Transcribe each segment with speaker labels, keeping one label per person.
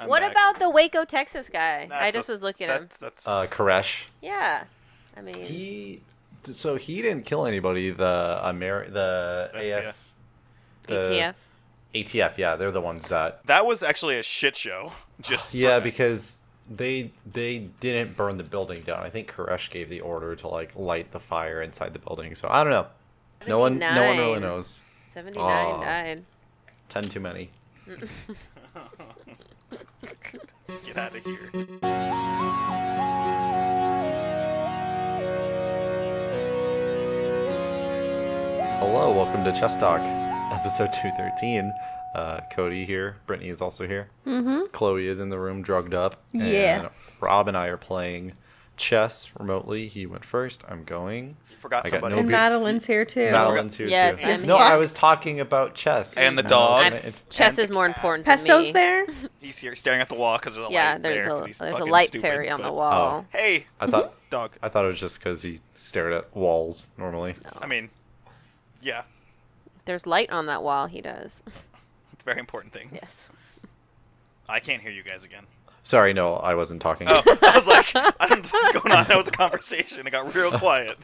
Speaker 1: I'm
Speaker 2: what
Speaker 1: back.
Speaker 2: about the Waco, Texas guy? I
Speaker 1: That's
Speaker 2: just
Speaker 1: a-
Speaker 2: was looking at him.
Speaker 1: That's, that's
Speaker 3: Uh, Koresh.
Speaker 2: Yeah. I mean,
Speaker 3: He. So he didn't kill anybody. The Amer. The AF. The
Speaker 2: ATF.
Speaker 3: ATF. Yeah, they're the ones that.
Speaker 1: that was actually a shit show. Just
Speaker 3: Yeah,
Speaker 1: for-
Speaker 3: because they they didn't burn the building down. I think Koresh gave the order to like light the fire inside the building. So I don't know. No one, no one really
Speaker 2: Nine.
Speaker 3: knows.
Speaker 2: 79
Speaker 3: Aw.
Speaker 2: died.
Speaker 3: Ten too many.
Speaker 1: get out of here.
Speaker 3: Hello, welcome to Chess Talk, episode two thirteen. Uh, Cody here. Brittany is also here.
Speaker 2: Mm-hmm.
Speaker 3: Chloe is in the room, drugged up. And
Speaker 2: Yeah.
Speaker 3: Rob and I are playing chess remotely. He went first. I'm going.
Speaker 1: You forgot
Speaker 3: I got
Speaker 1: somebody.
Speaker 3: no
Speaker 4: And
Speaker 3: be-
Speaker 4: Madeline's here too.
Speaker 3: Madeline's here
Speaker 2: Yes,
Speaker 3: too.
Speaker 2: I'm
Speaker 3: no,
Speaker 2: here.
Speaker 3: I was talking about chess
Speaker 1: And the
Speaker 3: I
Speaker 1: dog.
Speaker 3: was-
Speaker 2: Chess
Speaker 1: And the
Speaker 2: is more
Speaker 1: cat.
Speaker 2: important to
Speaker 4: Pesto's
Speaker 2: me.
Speaker 4: there.
Speaker 1: He's here staring at the wall because there's a
Speaker 2: Yeah,
Speaker 1: light
Speaker 2: there's
Speaker 1: there, 'cause
Speaker 2: a
Speaker 1: he's
Speaker 2: there's a
Speaker 1: fucking
Speaker 2: light
Speaker 1: stupid, Oh.
Speaker 2: fairy on the
Speaker 1: but-
Speaker 2: wall.
Speaker 1: Hey,
Speaker 3: I thought
Speaker 1: dog.
Speaker 3: I thought it was just because he stared at walls normally.
Speaker 1: I mean, yeah,
Speaker 2: There's light on that wall. He does.
Speaker 1: it's very important things.
Speaker 2: Yes.
Speaker 1: I can't hear you guys again.
Speaker 3: Sorry, no, I wasn't talking.
Speaker 1: Oh, I was like, I don't know what's going on. That was a conversation. It got real quiet.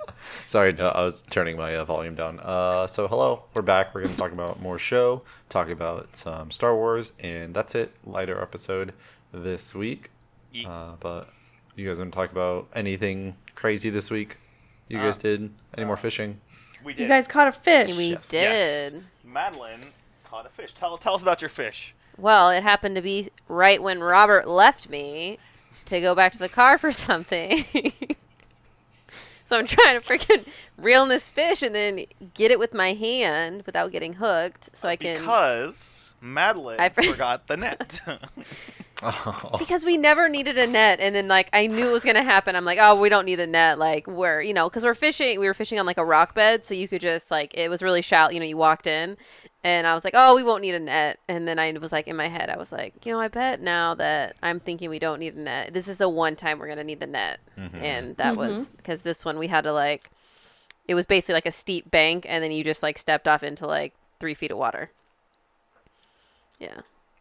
Speaker 3: Sorry, no, I was turning my uh, volume down. Uh, so hello, we're back. We're gonna talk about more show, talk about some Star Wars, and that's it. Lighter episode this week.
Speaker 1: Yeet.
Speaker 3: Uh, but you guys want to talk about anything crazy this week? You guys
Speaker 1: Uh,
Speaker 3: did any more fishing?
Speaker 1: We did.
Speaker 4: You guys caught a fish.
Speaker 2: We
Speaker 3: Yes.
Speaker 2: did.
Speaker 1: Madeline caught a fish. Tell tell us about your fish.
Speaker 2: Well, it happened to be right when Robert left me to go back to the car for something. so I'm trying to freaking reel in this fish and then get it with my hand without getting hooked, so I can.
Speaker 1: Uh, Because Madeline
Speaker 2: I for-
Speaker 1: forgot the net.
Speaker 3: Oh,
Speaker 2: because we never needed a net and then like i knew it was going to happen i'm like oh we don't need a net like we're you know because we're fishing we were fishing on like a rock bed so you could just like it was really shallow you know you walked in and i was like oh we won't need a net and then i was like in my head i was like you know i bet now that i'm thinking we don't need a net this is the one time we're going to need the net
Speaker 3: Mhm.
Speaker 2: and that was because this one we had to like it was basically like a steep bank and then you just like stepped off into like three feet of water yeah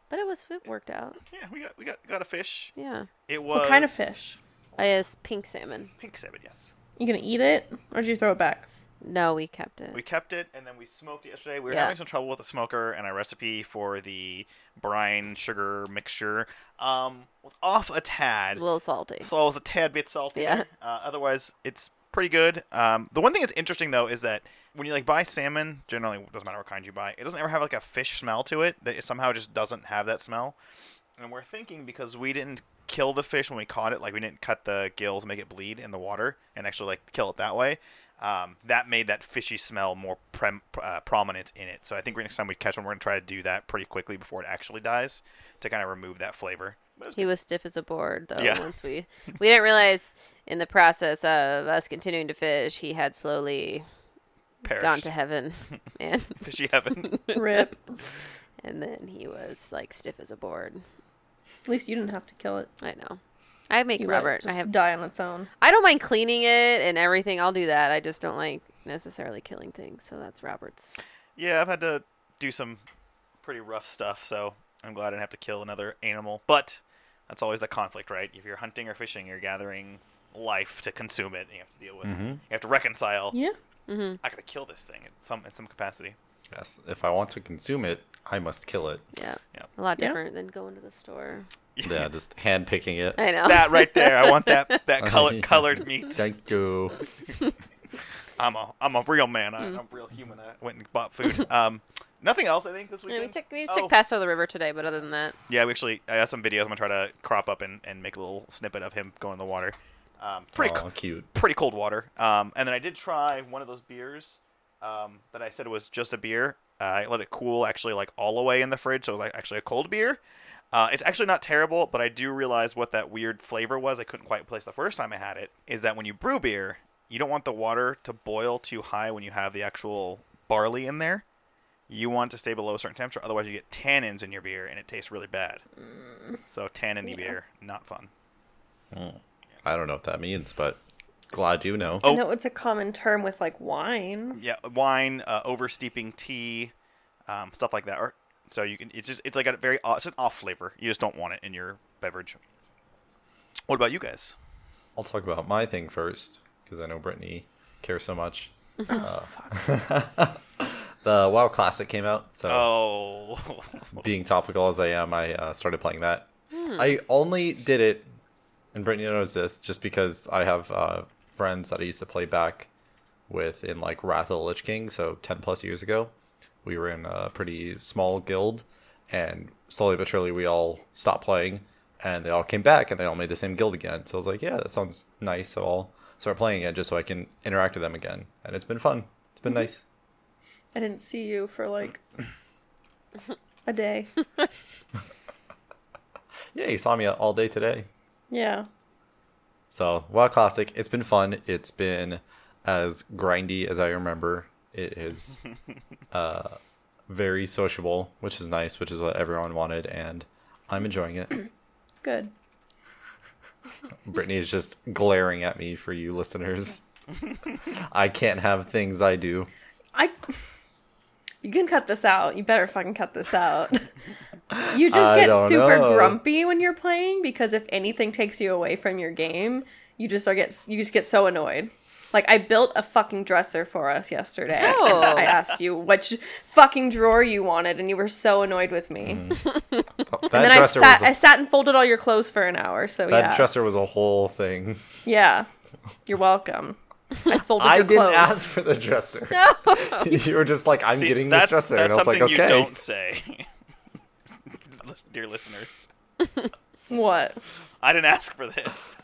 Speaker 2: but it was it worked out
Speaker 1: yeah, we got we got got a fish.
Speaker 2: yeah
Speaker 1: It was
Speaker 4: What kind of fish?
Speaker 2: I is pink salmon.
Speaker 1: Pink salmon. Yes.
Speaker 4: You gonna eat it or did you throw it back?
Speaker 2: No, we kept it.
Speaker 1: We kept it, and then we smoked it yesterday. We were
Speaker 2: Yeah.
Speaker 1: having some trouble with the smoker, and our recipe for the brine sugar mixture um, was off a
Speaker 2: a
Speaker 1: tad.
Speaker 2: little salty.
Speaker 1: So it was a tad bit salty.
Speaker 2: Yeah.
Speaker 1: there. Uh, otherwise, it's pretty good. Um, the one thing that's interesting though is that when you like buy salmon, generally it doesn't matter what kind you buy, it doesn't ever have like a fish smell to it. That it somehow just doesn't have that smell. And we're thinking because we didn't kill the fish when we caught it, like we didn't cut the gills, make it bleed in the water, and actually like kill it that way. Um, that made that fishy smell more prem- uh, prominent in it. So I think next time we catch one, we're gonna try to do that pretty quickly before it actually dies to kind of remove that flavor. But it was
Speaker 2: He was stiff as a board though.
Speaker 1: Yeah.
Speaker 2: Once we we didn't realize in the process of us continuing to fish, he had slowly
Speaker 1: perished.
Speaker 2: gone to heaven, and
Speaker 1: fishy heaven.
Speaker 4: Rip.
Speaker 2: and then he was like stiff as a board.
Speaker 4: At least you didn't have to kill it.
Speaker 2: I know. I make
Speaker 4: You let it
Speaker 2: Robert. I
Speaker 4: just
Speaker 2: have.
Speaker 4: die on its own.
Speaker 2: I don't mind cleaning it and everything. I'll do that. I just don't like necessarily killing things. So that's Robert's.
Speaker 1: Yeah, I've had to do some pretty rough stuff, so I'm glad I didn't have to kill another animal. But that's always the conflict, right? If you're hunting or fishing, you're gathering life to consume it, and you have to deal with.
Speaker 3: Mhm.
Speaker 1: You have to reconcile.
Speaker 4: Yeah.
Speaker 2: Mm-hmm.
Speaker 1: I gotta kill this thing in some in some capacity.
Speaker 3: yes. If I want to consume it, I must kill it.
Speaker 2: Yeah.
Speaker 1: Yeah.
Speaker 2: A lot
Speaker 4: Yeah.
Speaker 2: different than going to the store.
Speaker 3: Yeah, just hand picking it.
Speaker 2: I know.
Speaker 1: that right there. I want that that color,
Speaker 3: Yeah.
Speaker 1: colored meat.
Speaker 3: Thank you.
Speaker 1: I'm a I'm a real man. I,
Speaker 2: Mm.
Speaker 1: I'm a real human. I went and bought food. Um, nothing else. I think this
Speaker 2: Yeah,
Speaker 1: weekend.
Speaker 2: we took we just took
Speaker 1: Oh.
Speaker 2: Paso the river today, but other than that,
Speaker 1: Yeah, we actually I got some videos. I'm gonna try to crop up and, and make a little snippet of him going in the water. Um, pretty
Speaker 3: Aw,
Speaker 1: cool.
Speaker 3: cute.
Speaker 1: pretty cold water. Um, and then I did try one of those beers um, that I said was just a beer. Uh, I let it cool actually like all the way in the fridge, so it was like actually a cold beer. Uh, it's actually not terrible, but I do realize what that weird flavor was. I couldn't quite place the first time I had it. Is that when you brew beer, you don't want the water to boil too high when you have the actual barley in there. You want it to stay below a certain temperature, otherwise you get tannins in your beer and it tastes really bad. So tanniny beer, not fun.
Speaker 3: I don't know what that means, but glad you know.
Speaker 1: Oh.
Speaker 4: I know it's a common term with like wine.
Speaker 1: yeah, wine, uh, oversteeping tea, um, stuff like that, or So you can it's just it's like a very off- it's an off flavor. You just don't want it in your beverage. What about you guys?
Speaker 3: I'll talk about my thing first because I know Brittany cares so much. Uh, the WoW Classic came out, so
Speaker 1: Oh,
Speaker 3: being topical as I am, I uh, started playing that. I only did it, and Brittany knows this, just because I have uh, friends that I used to play back with in like Wrath of the Lich King, so 10 plus years ago. We were in a pretty small guild, and slowly but surely we all stopped playing, and they all came back and they all made the same guild again. So I was like, yeah, that sounds nice, so I'll start playing it just so I can interact with them again. And it's been fun, it's been nice.
Speaker 4: I didn't see you for like a day.
Speaker 3: Yeah, you saw me all day today.
Speaker 4: Yeah.
Speaker 3: So, WoW Classic, it's been fun. It's been as grindy as I remember. It is uh, very sociable, which is nice, which is what everyone wanted, and I'm enjoying it.
Speaker 4: Good.
Speaker 3: Brittany is just glaring at me for you listeners. I can't have things I do.
Speaker 4: I. You can cut this out. You better fucking cut this out. You just
Speaker 3: I
Speaker 4: get
Speaker 3: don't
Speaker 4: super
Speaker 3: know.
Speaker 4: grumpy when you're playing because if anything takes you away from your game, you just are get you just get so annoyed. Like I built a fucking dresser for us yesterday. and
Speaker 2: Oh.
Speaker 4: I asked you which fucking drawer you wanted, and you were so annoyed with me.
Speaker 3: Mm. That
Speaker 4: And then I
Speaker 3: dresser
Speaker 4: sat, I
Speaker 3: was
Speaker 4: sat and folded all your clothes for an hour. So
Speaker 3: a, that
Speaker 4: yeah,
Speaker 3: dresser was a whole thing.
Speaker 4: yeah, you're welcome. I folded
Speaker 3: I
Speaker 4: your
Speaker 3: didn't
Speaker 4: clothes.
Speaker 3: ask for the dresser. you were just like, I'm
Speaker 1: See,
Speaker 3: getting this
Speaker 1: that's,
Speaker 3: dresser,
Speaker 1: that's
Speaker 3: and I was like,
Speaker 1: something
Speaker 3: okay.
Speaker 1: you don't say, Lis- dear listeners.
Speaker 4: What?
Speaker 1: I didn't ask for this.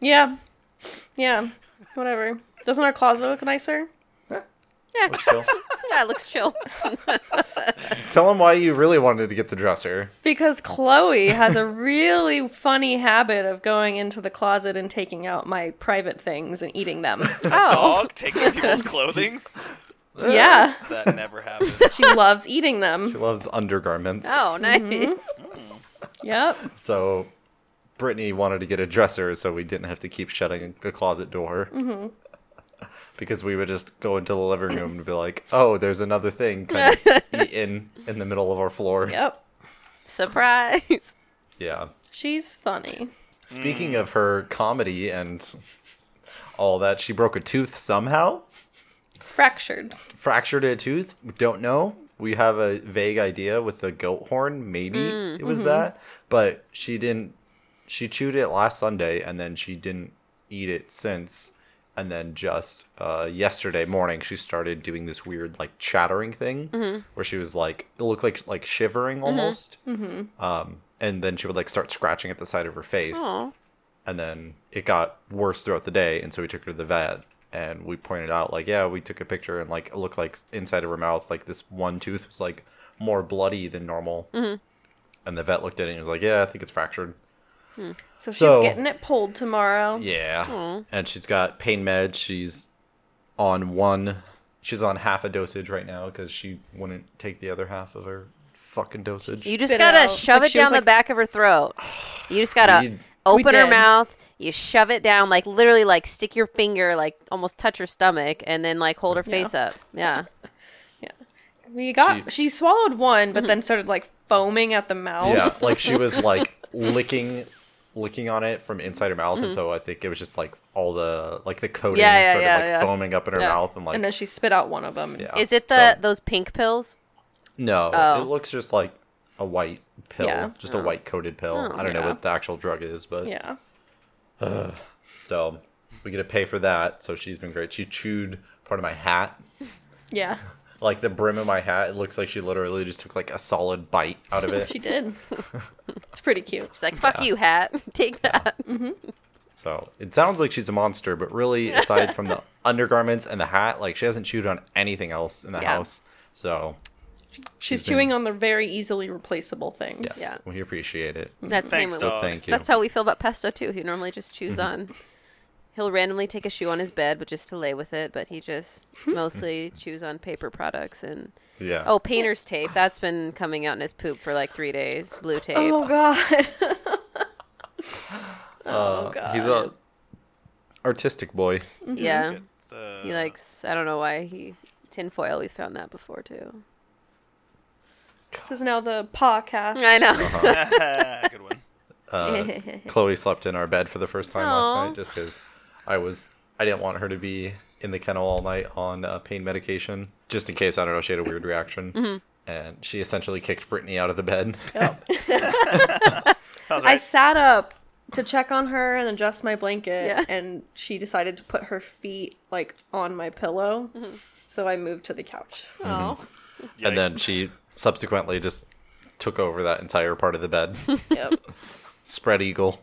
Speaker 4: Yeah, yeah, whatever. Doesn't our closet look nicer?
Speaker 2: Yeah,
Speaker 3: Let's go.
Speaker 2: yeah, it looks chill.
Speaker 3: Tell him why you really wanted to get the dresser.
Speaker 4: Because Chloe has a really funny habit of going into the closet and taking out my private things and eating them.
Speaker 2: oh,
Speaker 1: Dog taking people's clothing.
Speaker 4: yeah,
Speaker 1: That never happened.
Speaker 4: she loves eating
Speaker 3: She
Speaker 4: them.
Speaker 3: loves undergarments.
Speaker 2: oh, nice.
Speaker 4: Mm-hmm. Yep.
Speaker 3: So Brittany wanted to get a dresser so we didn't have to keep shutting the closet door. Mm-hmm. because we would just go into the living room and be like, oh, there's another thing kind of eaten in the middle of our floor.
Speaker 4: Yep.
Speaker 2: Surprise.
Speaker 3: Yeah.
Speaker 4: She's funny.
Speaker 3: Speaking of her comedy and all that, she broke a tooth somehow.
Speaker 4: Fractured.
Speaker 3: Fractured a tooth. We don't know. We have a vague idea with the goat horn. Maybe it was that. But she didn't. She chewed it last Sunday and then she didn't eat it since. And then just uh, yesterday morning, she started doing this weird, like, chattering thing where she was like, it looked like like shivering almost. Um, and then she would like start scratching at the side of her face
Speaker 2: Oh,
Speaker 3: and then it got worse throughout the day and so we took her to the vet and we pointed out like yeah we took a picture and like it looked like inside of her mouth like this one tooth was like more bloody than normal and the vet looked at it and was like yeah i think it's fractured
Speaker 4: So she's
Speaker 3: So-
Speaker 4: getting it pulled tomorrow.
Speaker 3: yeah
Speaker 2: Aw.
Speaker 3: and she's got pain meds she's on one she's on half a dosage right now because she wouldn't take the other half of her fucking dosage
Speaker 2: you just
Speaker 4: Spit it
Speaker 2: gotta
Speaker 4: out.
Speaker 2: shove
Speaker 4: Like,
Speaker 2: it
Speaker 4: she was
Speaker 2: down the
Speaker 4: like-
Speaker 2: back of her throat. You just gotta
Speaker 3: We-
Speaker 2: open
Speaker 4: We
Speaker 2: her
Speaker 4: did.
Speaker 2: mouth. You shove it down, like literally, like stick your finger, like almost touch her stomach, and then like hold her face up. Yeah.
Speaker 4: We got she, swallowed one, but then started like foaming at the mouth.
Speaker 3: Mm-hmm. Yeah, like she was like licking licking on it from inside her mouth, and so I think it was just like all the like the coating
Speaker 2: Mm-hmm. Yeah, yeah,
Speaker 3: started
Speaker 2: yeah,
Speaker 3: like
Speaker 2: yeah.
Speaker 3: foaming up in her
Speaker 2: Yeah.
Speaker 3: mouth, and like
Speaker 4: and then she spit out one of them.
Speaker 3: yeah.
Speaker 2: Is it the
Speaker 3: So,
Speaker 2: those pink pills?
Speaker 3: no?
Speaker 2: Oh.
Speaker 3: It looks just like a white pill,
Speaker 4: Yeah.
Speaker 3: just a white coated pill.
Speaker 2: Oh,
Speaker 3: I don't know
Speaker 4: yeah.
Speaker 3: what the actual drug is, but
Speaker 4: Yeah.
Speaker 3: so we get to pay for that. So she's been great. She chewed part of my hat.
Speaker 4: Yeah.
Speaker 3: Like the brim of my hat, it looks like she literally just took like a solid bite out of it.
Speaker 4: She did. it's pretty cute.
Speaker 2: She's like, fuck you, hat. Take that.
Speaker 4: Mm-hmm.
Speaker 3: So it sounds like she's a monster, but really, aside from the undergarments and the hat, like she hasn't chewed on anything else in the
Speaker 4: Yeah.
Speaker 3: house. So
Speaker 4: She's
Speaker 3: been-
Speaker 4: chewing on the very easily replaceable things.
Speaker 3: yes,
Speaker 2: Yeah.
Speaker 3: we appreciate it.
Speaker 2: That's the same.
Speaker 1: Thanks,
Speaker 2: with-
Speaker 1: dog.
Speaker 3: So thank you.
Speaker 2: That's how we feel about Pesto too. He normally just chews
Speaker 4: Mm-hmm.
Speaker 2: on. He'll randomly take a shoe on his bed, but just to lay with it. But he just mostly chews on paper products and
Speaker 3: yeah.
Speaker 2: oh, painter's tape. That's been coming out in his poop for like three days. Blue tape.
Speaker 4: Oh god. Oh,
Speaker 3: Uh, he's a artistic boy.
Speaker 2: yeah.
Speaker 1: It's, uh,
Speaker 2: He likes. I don't know why he tinfoil. We found that before too.
Speaker 4: This is now the podcast.
Speaker 2: I know.
Speaker 3: Uh-huh.
Speaker 1: Good one.
Speaker 3: Uh, Chloe slept in our bed for the first time
Speaker 2: Aw.
Speaker 3: last night just because I was I didn't want her to be in the kennel all night on uh, pain medication just in case I don't know she had a weird reaction
Speaker 2: Mm-hmm.
Speaker 3: and she essentially kicked Brittany out of the bed.
Speaker 2: Oh,
Speaker 1: Sounds
Speaker 4: I
Speaker 1: right.
Speaker 4: sat up to check on her and adjust my blanket,
Speaker 2: Yeah.
Speaker 4: and she decided to put her feet like on my pillow. So I moved to the couch.
Speaker 3: Hmm.
Speaker 2: Oh.
Speaker 1: Yikes.
Speaker 3: And then she subsequently just took over that entire part of the bed.
Speaker 4: Yep.
Speaker 3: Spread eagle.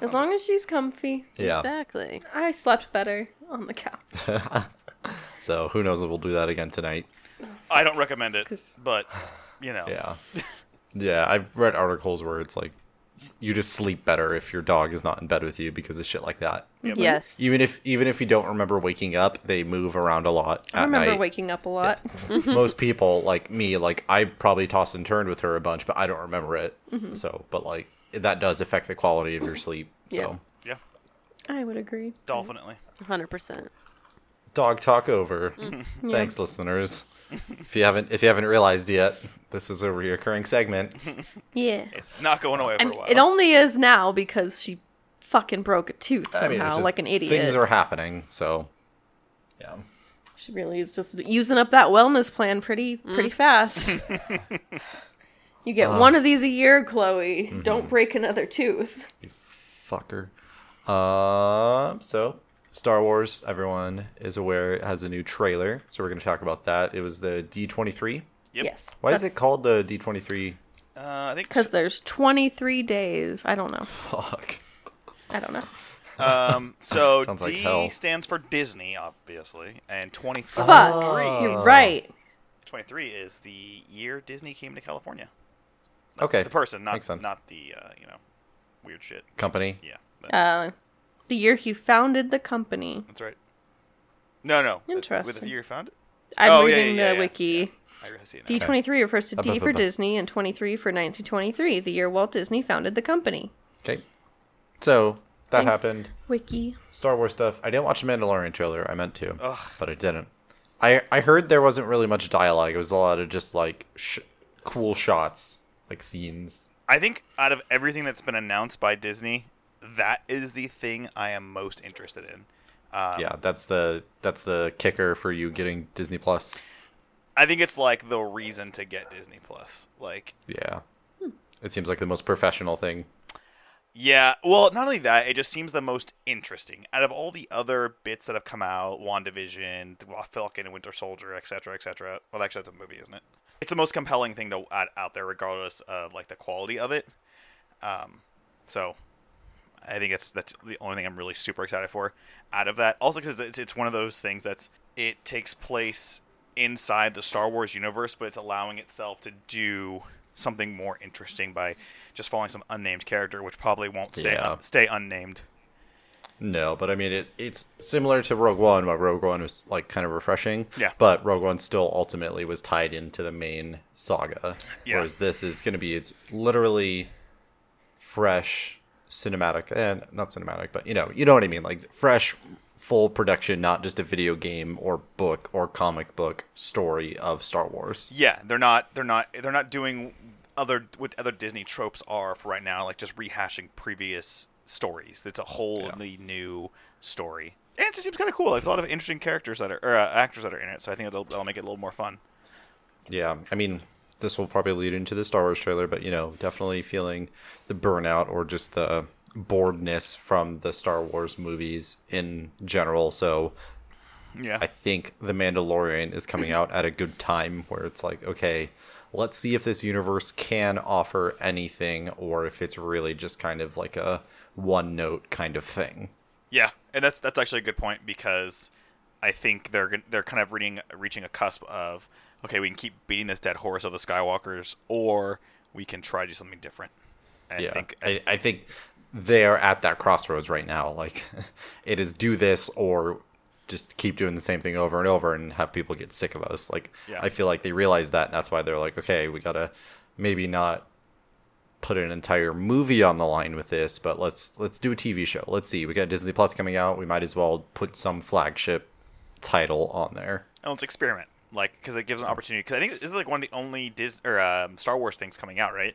Speaker 4: as long as she's comfy,
Speaker 3: Yeah.
Speaker 2: Exactly.
Speaker 4: I slept better on the couch.
Speaker 3: So who knows if we'll do that again tonight.
Speaker 1: I don't recommend it,
Speaker 4: 'Cause-
Speaker 1: but you
Speaker 4: Oh.
Speaker 1: know,
Speaker 3: Yeah. Yeah, I've read articles where it's like you just sleep better if your dog is not in bed with you because of shit like that.
Speaker 1: Yeah, but-
Speaker 2: Yes.
Speaker 3: Even if even if you don't remember waking up, they move around a lot. At
Speaker 4: I remember
Speaker 3: night.
Speaker 4: waking up a lot.
Speaker 3: Most people, like me, like I probably tossed and turned with her a bunch, but I don't remember it.
Speaker 4: Mm-hmm.
Speaker 3: So, but like that does affect the quality of your sleep. So,
Speaker 2: Yeah.
Speaker 1: yeah,
Speaker 4: I would agree.
Speaker 1: definitely.
Speaker 2: 100%.
Speaker 3: dog talk over.
Speaker 4: Mm.
Speaker 3: Thanks, listeners. If you haven't if you haven't realized yet, this is a reoccurring segment.
Speaker 4: Yeah.
Speaker 1: It's not going away for
Speaker 4: I mean,
Speaker 1: a while.
Speaker 4: it only is now because she fucking broke a tooth somehow,
Speaker 3: I mean, it's just
Speaker 4: like an idiot.
Speaker 3: Things are happening. So, yeah.
Speaker 4: She really is just using up that wellness plan pretty
Speaker 3: Mm.
Speaker 4: pretty fast. you get one of these a year, Chloe.
Speaker 3: Mm-hmm.
Speaker 4: Don't break another tooth.
Speaker 3: fucker. Um, so Star Wars, everyone is aware, it has a new trailer, so we're going to talk about that. It was the D23.
Speaker 1: Yep.
Speaker 4: Yes.
Speaker 3: Why is it called the D23?
Speaker 1: Uh, I think
Speaker 4: Because there's 23 days. I don't know.
Speaker 3: Fuck.
Speaker 4: I don't know.
Speaker 1: um, so
Speaker 3: Sounds like
Speaker 1: D
Speaker 3: hell.
Speaker 1: stands for Disney, obviously, and 23,
Speaker 4: Fuck.
Speaker 3: Oh.
Speaker 4: You're right.
Speaker 1: 23 is the year Disney came to California.
Speaker 3: Okay.
Speaker 1: The person, not
Speaker 3: Makes sense.
Speaker 1: not the uh, you know weird shit.
Speaker 3: Company.
Speaker 1: Yeah, that-
Speaker 4: Uh, the year he founded the company.
Speaker 1: that's right. No, no. with- With the
Speaker 4: Interesting.
Speaker 1: year found it.
Speaker 4: I'm
Speaker 1: Oh, yeah,
Speaker 4: reading
Speaker 1: yeah,
Speaker 4: the
Speaker 1: yeah,
Speaker 4: wiki.
Speaker 1: I see it now.
Speaker 4: D23 refers to
Speaker 3: Up,
Speaker 4: D
Speaker 3: up,
Speaker 4: for
Speaker 3: up, up.
Speaker 4: Disney and 23 for 1923, the year Walt Disney founded the company.
Speaker 3: Okay. So that
Speaker 4: Thanks.
Speaker 3: happened.
Speaker 4: Wiki.
Speaker 3: Star Wars stuff. I didn't watch the Mandalorian trailer. I meant to,
Speaker 1: Ugh.
Speaker 3: but I didn't. I I heard there wasn't really much dialogue. It was a lot of just like sh- cool shots, like scenes.
Speaker 1: I think out of everything that's been announced by Disney, that is the thing I am most interested in. Uh,
Speaker 3: yeah, that's the that's the kicker for you getting Disney Plus.
Speaker 1: I think it's like the reason to get Disney Plus. Like,
Speaker 3: Yeah. It seems like the most professional thing.
Speaker 1: yeah. Well, not only that, it just seems the most interesting out of all the other bits that have come out. Wandavision, uh, Falcon and Winter Soldier, etc., etc. Well, actually, that's a movie, isn't it? It's the most compelling thing to add out there, regardless of like the quality of it. Um, so I think that's that's the only thing I'm really super excited for out of that. Also, because it's it's one of those things that's it takes place inside the Star Wars universe, but it's allowing itself to do something more interesting by just following some unnamed character, which probably won't stay
Speaker 3: Yeah.
Speaker 1: stay unnamed.
Speaker 3: No, but I mean it, it's similar to Rogue One, but Rogue One was like kind of refreshing.
Speaker 1: Yeah.
Speaker 3: But Rogue One still ultimately was tied into the main saga.
Speaker 1: Yeah.
Speaker 3: Whereas this is gonna be it's literally fresh cinematic and not cinematic, but you know, you know what I mean. Like fresh full production, not just a video game or book or comic book story of Star Wars.
Speaker 1: Yeah, they're not they're not they're not doing other what other Disney tropes are for right now, like just rehashing previous stories. It's a wholly new story, and it just seems kind of cool. There's a lot of interesting characters that are or, uh, actors that are in it, so I think that'll, that'll make it a little more fun.
Speaker 3: Yeah, I mean, this will probably lead into the Star Wars trailer, but you know, definitely feeling the burnout or just the boredness from the Star Wars movies in general. So
Speaker 1: Yeah,
Speaker 3: I think The Mandalorian is coming out at a good time where it's like, okay, let's see if this universe can offer anything or if it's really just kind of like a one note kind of thing.
Speaker 1: yeah, and that's that's actually a good point because I think they're gon- they're kind of reading reaching a cusp of okay, we can keep beating this dead horse of the Skywalkers, or we can try to do something different. And
Speaker 3: yeah,
Speaker 1: I think
Speaker 3: I, I think they are at that crossroads right now. Like, it is do this or just keep doing the same thing over and over and have people get sick of us. Like,
Speaker 1: Yeah.
Speaker 3: I feel like they realize that, and that's why they're like, okay, we gotta maybe not put an entire movie on the line with this, but let's let's do a TV show. Let's see, we got Disney Plus coming out. We might as well put some flagship title on there.
Speaker 1: oh, let's experiment. like because it gives an opportunity. Because I think this is like one of the only Dis- or um, Star Wars things coming out right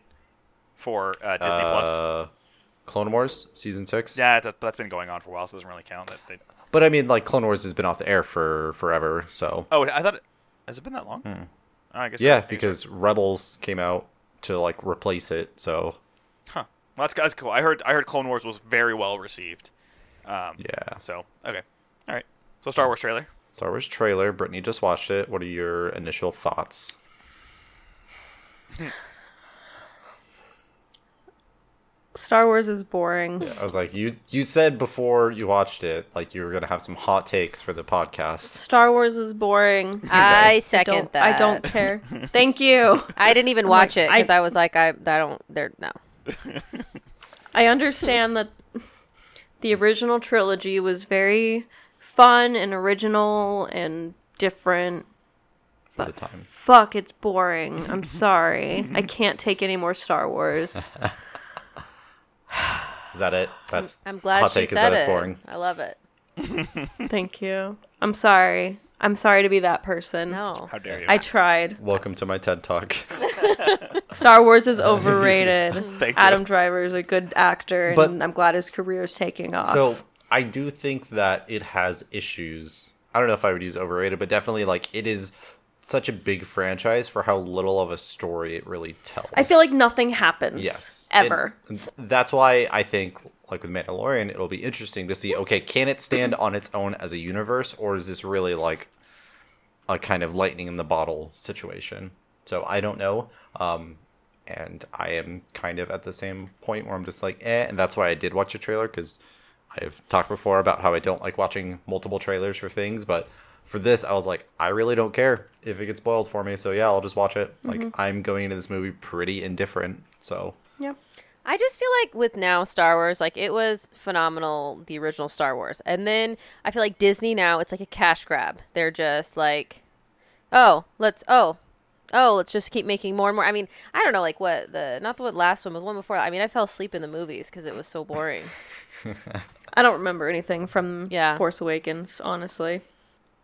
Speaker 1: for uh, Disney Plus.
Speaker 3: Uh, Clone Wars season six.
Speaker 1: Yeah, that, that's been going on for a while, so it doesn't really count. That they...
Speaker 3: But I mean, like Clone Wars has been off the air for forever. So
Speaker 1: Oh, I thought it... has it been that long? Oh, I guess
Speaker 3: Hmm. yeah,
Speaker 1: I guess-
Speaker 3: because Rebels came out to like replace it. So
Speaker 1: huh. Well, that's, that's cool. I heard I heard Clone Wars was very well received. Um,
Speaker 3: yeah,
Speaker 1: So okay, all right. So Star Wars trailer.
Speaker 3: Star Wars trailer. Brittany just watched it. What are your initial thoughts?
Speaker 4: Star Wars is boring.
Speaker 3: I was like, you you said before you watched it, like you were gonna have some hot takes for the podcast.
Speaker 4: Star Wars is boring. I
Speaker 2: I second
Speaker 4: don't-
Speaker 2: that.
Speaker 4: I don't care. Thank you.
Speaker 2: I didn't even watch it
Speaker 4: like,
Speaker 2: because
Speaker 4: I-
Speaker 2: I, was like, I, I don't. There, no.
Speaker 4: I understand that the original trilogy was very fun and original and different.
Speaker 3: For the time.
Speaker 4: Fuck, it's boring. I'm sorry. I can't take any more Star Wars.
Speaker 3: Is that it? That's
Speaker 2: I'm glad
Speaker 3: hot
Speaker 2: she
Speaker 3: take is
Speaker 2: said
Speaker 3: that it's
Speaker 2: it.
Speaker 3: boring.
Speaker 2: I love it.
Speaker 4: Thank you. I'm sorry. I'm sorry to be that person.
Speaker 2: No.
Speaker 1: How dare you?
Speaker 4: I tried.
Speaker 3: Welcome to my TED Talk.
Speaker 4: Star Wars is overrated.
Speaker 1: Thank you.
Speaker 4: Adam Driver is a good actor, and
Speaker 3: But-
Speaker 4: I'm glad his career is taking off.
Speaker 3: So I do think that it has issues. I don't know if I would use overrated, but definitely like it is such a big franchise for how little of a story it really tells.
Speaker 4: I feel like nothing happens.
Speaker 3: yes,
Speaker 4: Ever.
Speaker 3: And that's why I think like with Mandalorian, it'll be interesting to see. Okay, can it stand on its own as a universe, or is this really like a kind of lightning in the bottle situation? So I don't know. Um, and I am kind of at the same point where I'm just like, eh, and that's why I did watch a trailer because I've talked before about how I don't like watching multiple trailers for things, but for this, I was like, I really don't care if it gets spoiled for me, so yeah, I'll just watch it. Like, I'm going into this movie pretty indifferent, so
Speaker 4: Yep.
Speaker 2: I just feel like with now Star Wars, like it was phenomenal, the original Star Wars. And then I feel like Disney now, it's like a cash grab. They're just like, oh, let's, oh, oh, let's just keep making more and more. I mean, I don't know, like what the, not the one- last one, but the one before. I mean, I fell asleep in the movies because it was so boring.
Speaker 4: I don't remember anything from
Speaker 2: Yeah.
Speaker 4: Force Awakens, honestly.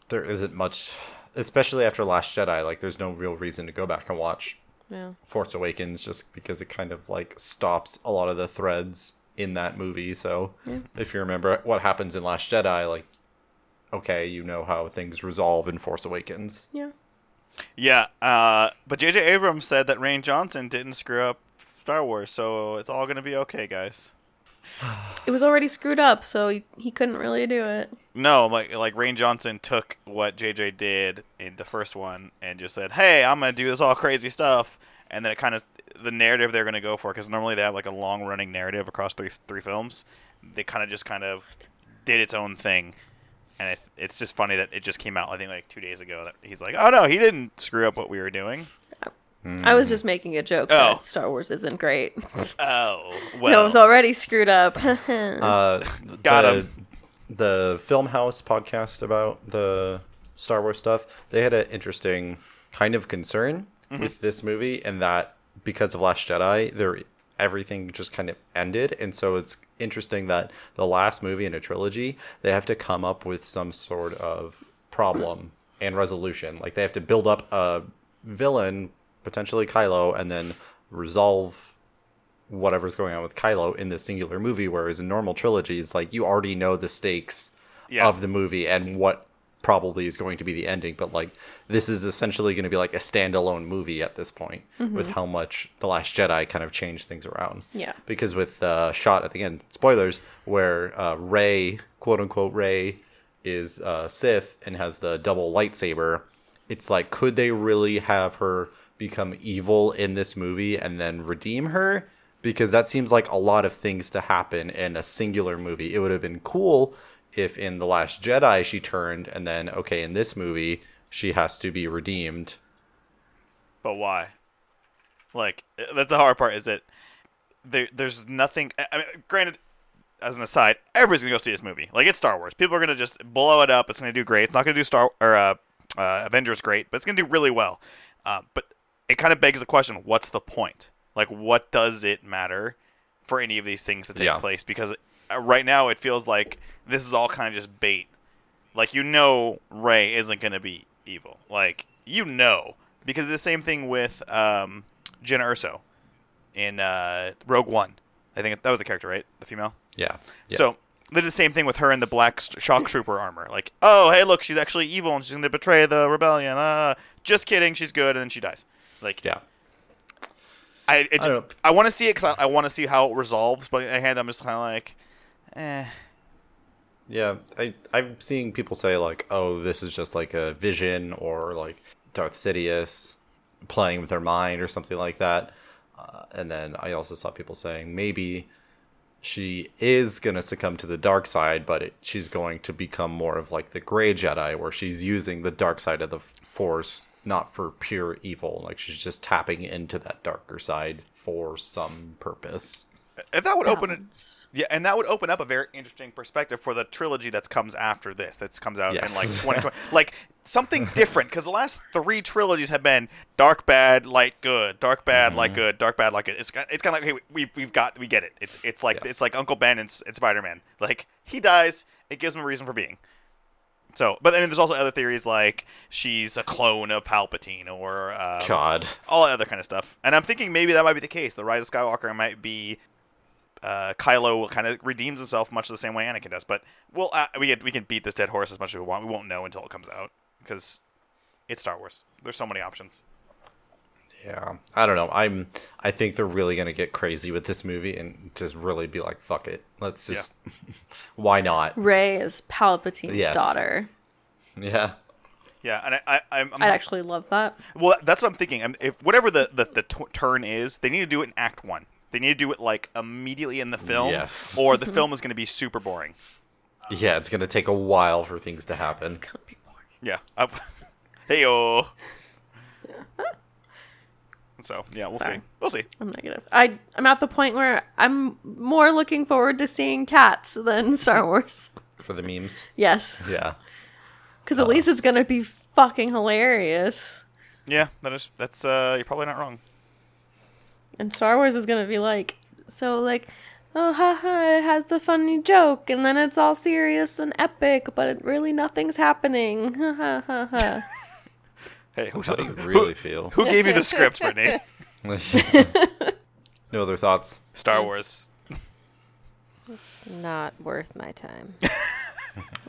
Speaker 3: there isn't much, especially after Last Jedi, like, there's no real reason to go back and watch
Speaker 2: yeah.
Speaker 3: Force Awakens just because it kind of like stops a lot of the threads in that movie. So if you remember what happens in Last Jedi, like okay, you know how things resolve in Force Awakens.
Speaker 4: Yeah.
Speaker 1: Yeah, uh, but J.J. Abrams said that Rain Johnson didn't screw up Star Wars, so it's all gonna be okay, guys.
Speaker 4: It was already screwed up, so he, he couldn't really do it.
Speaker 1: No, like like Rain Johnson took what J.J. did in the first one and just said, "Hey, I'm gonna do this all crazy stuff," and then it kind of the narrative they're gonna go for because normally they have like a long running narrative across three three films. They kind of just kind of did its own thing, and it, it's just funny that it just came out. I think like two days ago that he's like, "Oh no, he didn't screw up what we were doing."
Speaker 4: I was just making a joke
Speaker 1: Oh.
Speaker 4: that Star Wars isn't great.
Speaker 1: Oh
Speaker 4: No,
Speaker 1: well,
Speaker 4: it was already screwed up.
Speaker 3: Uh,
Speaker 1: Got
Speaker 3: the,
Speaker 1: 'em.
Speaker 3: The Film House podcast about the Star Wars stuff. They had an interesting kind of concern with this movie, and that because of Last Jedi, there everything just kind of ended, and so it's interesting that the last movie in a trilogy, they have to come up with some sort of problem and resolution. Like they have to build up a villain, potentially Kylo, and then resolve whatever's going on with Kylo in this singular movie, whereas in normal trilogies, like you already know the stakes
Speaker 1: Yeah.
Speaker 3: of the movie and what probably is going to be the ending. But like this is essentially going to be like a standalone movie at this point, with how much The Last Jedi kind of changed things around.
Speaker 4: Yeah.
Speaker 3: because with the shot at the end, spoilers, where uh, Ray, quote unquote Ray, is uh, Sith and has the double lightsaber. It's like, could they really have her become evil in this movie and then redeem her? Because that seems like a lot of things to happen in a singular movie. It would have been cool if in The Last Jedi she turned and then, okay, in this movie she has to be redeemed.
Speaker 1: But why? Like that's the hard part. Is that there? There's nothing. I I mean, granted, as an aside, everybody's gonna go see this movie. Like it's Star Wars. People are gonna just blow it up. It's gonna do great. It's not gonna do Star or uh, uh, Avengers great, but it's gonna do really well. Uh, but it kind of begs the question: What's the point? Like, what does it matter for any of these things to take
Speaker 3: Yeah.
Speaker 1: place? Because uh, right now it feels like this is all kind of just bait. Like you know, Ray isn't gonna be evil. Like you know because of the same thing with um, Jenna Urso in uh, Rogue One. I think that was the character, right? The female.
Speaker 3: Yeah. yeah.
Speaker 1: So they did the same thing with her in the black st- shock trooper armor. Like, oh hey, look, she's actually evil and she's going to betray the rebellion. Uh, just kidding, she's good, and then she dies. Like,
Speaker 3: yeah.
Speaker 1: I it,
Speaker 3: I
Speaker 1: I,
Speaker 3: don't-
Speaker 1: want to see it because I, I want to see how it resolves. But in my hand, I'm just kind of like, eh.
Speaker 3: Yeah, I I'm seeing people say like, "Oh, this is just like a vision or like Darth Sidious playing with their mind or something like that." Uh, and then I also saw people saying maybe she is going to succumb to the dark side, but it, she's going to become more of like the gray Jedi where she's using the dark side of the force not for pure evil, like she's just tapping into that darker side for some purpose.
Speaker 1: If that would open it, yeah, and that would open up a very interesting perspective for the trilogy that comes after this. That comes out in
Speaker 3: Yes.
Speaker 1: like 2020, like something different. Because the last three trilogies have been dark bad, light good, dark bad, light
Speaker 3: Mm-hmm.
Speaker 1: good, dark bad, light good. It's ki- it's kind of like hey, we we've got we get it. It's it's like
Speaker 3: Yes.
Speaker 1: it's like Uncle Ben and, S- and Spider Man. Like he dies, it gives him a reason for being. So, but then there's also other theories like she's a clone of Palpatine or um,
Speaker 3: God.
Speaker 1: all that other kind of stuff. And I'm thinking maybe that might be the case. The Rise of Skywalker might be uh, Kylo kind of redeems himself much the same way Anakin does. But we'll uh, we can we can beat this dead horse as much as we want. We won't know until it comes out because it's Star Wars. There's so many options.
Speaker 3: Yeah, I don't know. I'm. I think they're really gonna get crazy with this movie and just really be like, "Fuck it, let's
Speaker 1: Yeah.
Speaker 3: just." why not?
Speaker 4: Ray is Palpatine's
Speaker 3: Yes.
Speaker 4: daughter.
Speaker 3: Yeah.
Speaker 1: Yeah, and I, I I'm, I'm
Speaker 4: I'd actually love that.
Speaker 1: well. That's what I'm thinking. I'm, if whatever the the, the t- turn is, they need to do it in Act One. They need to do it like immediately in the film,
Speaker 3: Yes.
Speaker 1: or
Speaker 4: Mm-hmm.
Speaker 1: the film is going to be super boring.
Speaker 3: Yeah, it's gonna take a while for things to happen.
Speaker 4: Gonna be boring.
Speaker 1: Yeah. Up. hey yo. so yeah, we'll see.
Speaker 4: Sorry.
Speaker 1: We'll see.
Speaker 4: I'm negative. I I'm at the point where I'm more looking forward to seeing cats than Star Wars.
Speaker 3: For the memes.
Speaker 4: Yes,
Speaker 3: Yeah.
Speaker 4: because at least it's gonna be fucking hilarious,
Speaker 1: Yeah, that is that's uh you're probably not wrong.
Speaker 4: and Star Wars is gonna be like so like. Oh, haha, it has the funny joke, and then it's all serious and epic, but it really nothing's happening. Ha ha ha ha.
Speaker 1: Hey, who,
Speaker 3: How do you
Speaker 1: who-
Speaker 3: really feel?
Speaker 1: who gave you the script, Brittany?
Speaker 3: no other thoughts.
Speaker 1: Star Wars.
Speaker 2: Not worth my time.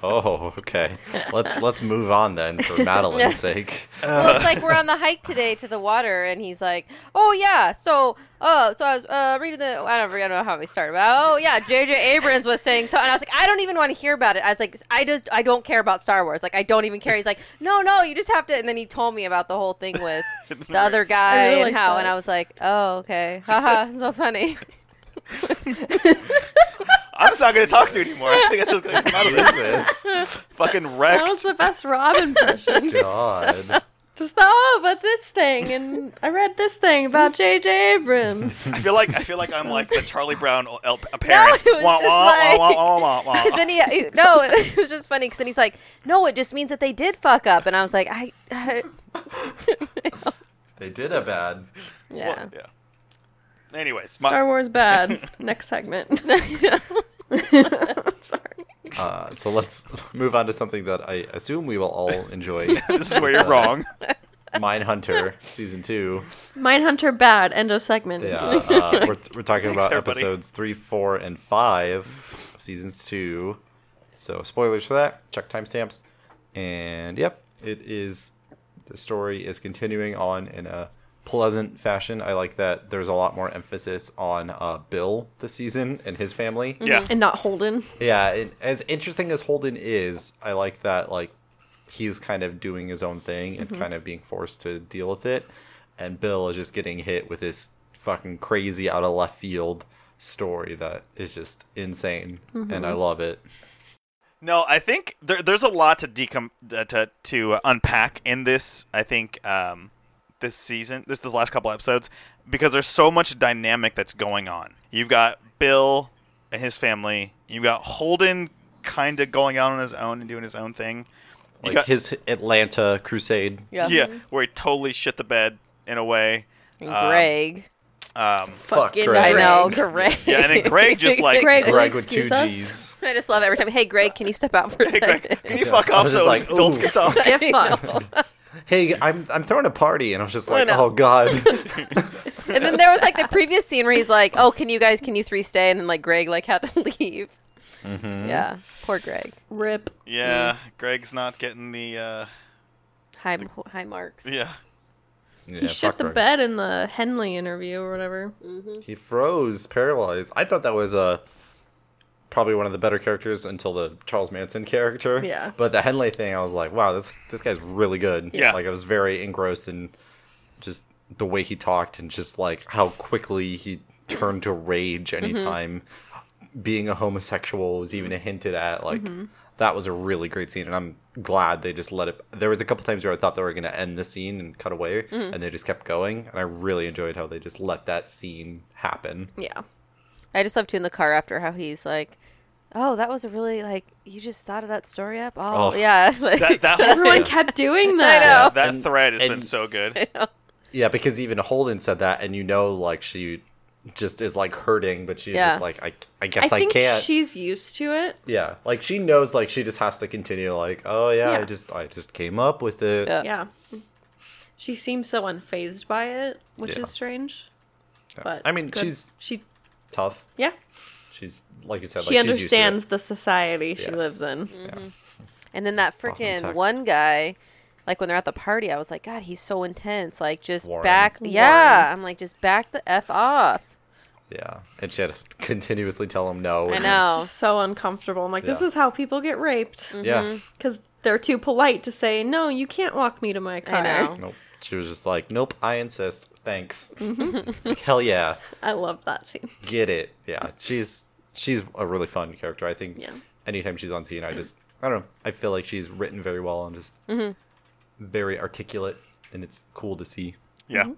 Speaker 3: Oh, okay. Let's let's move on then for Madeline's sake.
Speaker 2: Well,
Speaker 1: Uh,
Speaker 4: Uh.
Speaker 2: it's like we're on the hike today to the water, and he's like, "Oh yeah, so uh, so I was uh reading the I don't, I don't know how we started, but oh yeah, J.J. Abrams was saying so, and I was like, I don't even want to hear about it. I was like, I just I don't care about Star Wars, like I don't even care. He's like, no, no, you just have to, and then he told me about the whole thing with the other guy
Speaker 4: really
Speaker 2: and
Speaker 4: like
Speaker 2: how,
Speaker 4: that.
Speaker 2: and I was like, oh okay, haha, so funny.
Speaker 1: I'm just not gonna talk to you anymore. I think that's what's gonna come out of
Speaker 3: What is
Speaker 1: this.
Speaker 3: this?
Speaker 1: Fucking
Speaker 4: that
Speaker 1: wrecked.
Speaker 4: was the best Rob impression.
Speaker 3: God.
Speaker 4: Just the, oh, but this thing, and I read this thing about J.J. Abrams.
Speaker 1: I feel like I feel like I'm like the Charlie Brown uh, el- el- parent.
Speaker 2: it was
Speaker 1: Wah,
Speaker 2: just
Speaker 1: wah,
Speaker 2: like-
Speaker 1: wah, wah, wah, wah,
Speaker 2: Because
Speaker 1: wah.
Speaker 2: then he, he- no, it was just funny. Because then he's like, no, it just means that they did fuck up, and I was like, I,
Speaker 3: They did a bad.
Speaker 2: yeah.
Speaker 1: Well, yeah. Anyways, my,
Speaker 4: Star Wars bad. Next segment. Sorry.
Speaker 3: Uh, so let's move on to something that I assume we will all enjoy.
Speaker 1: this is where you're wrong.
Speaker 3: Mindhunter season two.
Speaker 4: Mindhunter bad. End of segment.
Speaker 3: Yeah, uh, we're, we're talking about
Speaker 1: everybody.
Speaker 3: episodes three, four, and five of seasons two. So spoilers for that. Check timestamps. And yep, it is. The story is continuing on in a pleasant fashion. I like that. There's a lot more emphasis on uh, Bill this season and his family.
Speaker 1: Yeah.
Speaker 4: And not Holden.
Speaker 3: Yeah, and as interesting as Holden is, I like that like he's kind of doing his own thing and
Speaker 4: Mm-hmm.
Speaker 3: kind of being forced to deal with it, and Bill is just getting hit with this fucking crazy out of left field story that is just insane, and
Speaker 4: Mm-hmm.
Speaker 3: I love it.
Speaker 1: No, I think there, there's a lot to decom uh, to to unpack in this. I think um, this season, this this last couple episodes, because there's so much dynamic that's going on. You've got Bill and his family. You've got Holden kind of going out on his own and doing his own thing. You
Speaker 3: Like
Speaker 1: got-
Speaker 3: his Atlanta crusade.
Speaker 2: Yeah.
Speaker 1: yeah, where he totally shit the bed in a way.
Speaker 2: And
Speaker 1: Um,
Speaker 2: Greg.
Speaker 1: Um,
Speaker 3: Fuck
Speaker 4: Fucking
Speaker 3: Greg.
Speaker 2: I know,
Speaker 4: Greg.
Speaker 2: Greg.
Speaker 1: Yeah, and then Greg just, like-
Speaker 4: Greg, will
Speaker 3: Greg
Speaker 4: you
Speaker 3: with two
Speaker 4: excuse us?
Speaker 3: G's.
Speaker 2: I just love every time. Hey, Greg, can you step out for a
Speaker 1: hey, Greg,
Speaker 2: second?
Speaker 1: can you
Speaker 3: Yeah.
Speaker 1: fuck
Speaker 3: I
Speaker 1: off
Speaker 3: was just
Speaker 1: so
Speaker 3: like,
Speaker 1: adults
Speaker 3: ooh.
Speaker 1: can talk?
Speaker 4: Get
Speaker 2: I know.
Speaker 4: fucked.
Speaker 3: hey, I'm I'm throwing a party, and I was just like,
Speaker 2: I know.
Speaker 3: oh god.
Speaker 2: And then there was like the previous scene where he's like, "Oh, can you guys? Can you three stay?" And then like Greg like had to leave.
Speaker 1: Mm-hmm.
Speaker 3: Mhm.
Speaker 2: Yeah, poor Greg.
Speaker 4: Rip.
Speaker 1: Yeah, Greg's not getting the uh
Speaker 2: High high marks.
Speaker 1: yeah.
Speaker 3: Yeah,
Speaker 4: He shit
Speaker 3: fuck
Speaker 4: the
Speaker 3: Greg.
Speaker 4: bed in the Henley interview or whatever.
Speaker 3: He froze, paralyzed. I thought that was uh, probably one of the better characters until the Charles Manson character.
Speaker 4: Yeah.
Speaker 3: But the Henley thing, I was like, wow, this this guy's really good.
Speaker 1: Yeah.
Speaker 3: Like I was very engrossed in just the way he talked and just like how quickly he turned to rage anytime being a homosexual was even hinted at. Like that was a really great scene, and I'm glad they just let it. There was a couple times where I thought they were going to end the scene and cut away, and they just kept going, and I really enjoyed how they just let that scene happen.
Speaker 4: Yeah.
Speaker 2: I just left you in the car after how he's like, "Oh, that was a really like you just thought of that story up." Oh,
Speaker 3: Oh.
Speaker 2: yeah, like,
Speaker 1: That that whole
Speaker 4: Everyone
Speaker 1: thing,
Speaker 4: kept doing
Speaker 2: I
Speaker 4: that.
Speaker 2: know.
Speaker 1: that
Speaker 3: And-
Speaker 1: thread has been
Speaker 3: and-
Speaker 1: so good.
Speaker 3: Yeah, because even Holden said that, and you know, like she just is like hurting, but she's
Speaker 2: Yeah.
Speaker 3: just like, I, I guess I,
Speaker 4: I think
Speaker 3: can't.
Speaker 4: she's used to it.
Speaker 3: Yeah, like she knows, like she just has to continue. Like, oh yeah, I
Speaker 4: Yeah.
Speaker 3: just, I just came up with it.
Speaker 2: Yeah.
Speaker 4: Yeah. She seems so unfazed by it, which
Speaker 3: Yeah.
Speaker 4: is strange. But
Speaker 3: I mean,
Speaker 4: good-
Speaker 3: she's
Speaker 4: she
Speaker 3: tough.
Speaker 4: yeah.
Speaker 3: She's like you said, like, she's used to
Speaker 4: she
Speaker 3: it.
Speaker 4: understands the society she
Speaker 3: Yes.
Speaker 4: lives in.
Speaker 2: and then that
Speaker 3: Fucking
Speaker 2: freaking
Speaker 3: text.
Speaker 2: one guy, like when they're at the party, I was like, "God, he's so intense." Like just
Speaker 3: Warren.
Speaker 2: back, yeah. I'm like, just back the f off.
Speaker 3: Yeah, and she had to continuously tell him no.
Speaker 2: I
Speaker 3: and-
Speaker 2: know. Oh.
Speaker 4: It's so uncomfortable. I'm like, this
Speaker 3: Yeah.
Speaker 4: is how people get raped
Speaker 3: Yeah.
Speaker 4: because they're too polite to say, "No, you can't walk me to my car."
Speaker 2: I know.
Speaker 3: Nope. She was just like, nope, I insist. Thanks. It's like, Hell yeah,
Speaker 4: I love that scene.
Speaker 3: get it. Yeah, she's she's a really fun character. I think.
Speaker 4: Yeah.
Speaker 3: Anytime she's on scene, I just I don't know. I feel like she's written very well and just
Speaker 4: Mm-hmm.
Speaker 3: very articulate, and it's cool to see.
Speaker 1: Yeah.
Speaker 2: Mm-hmm.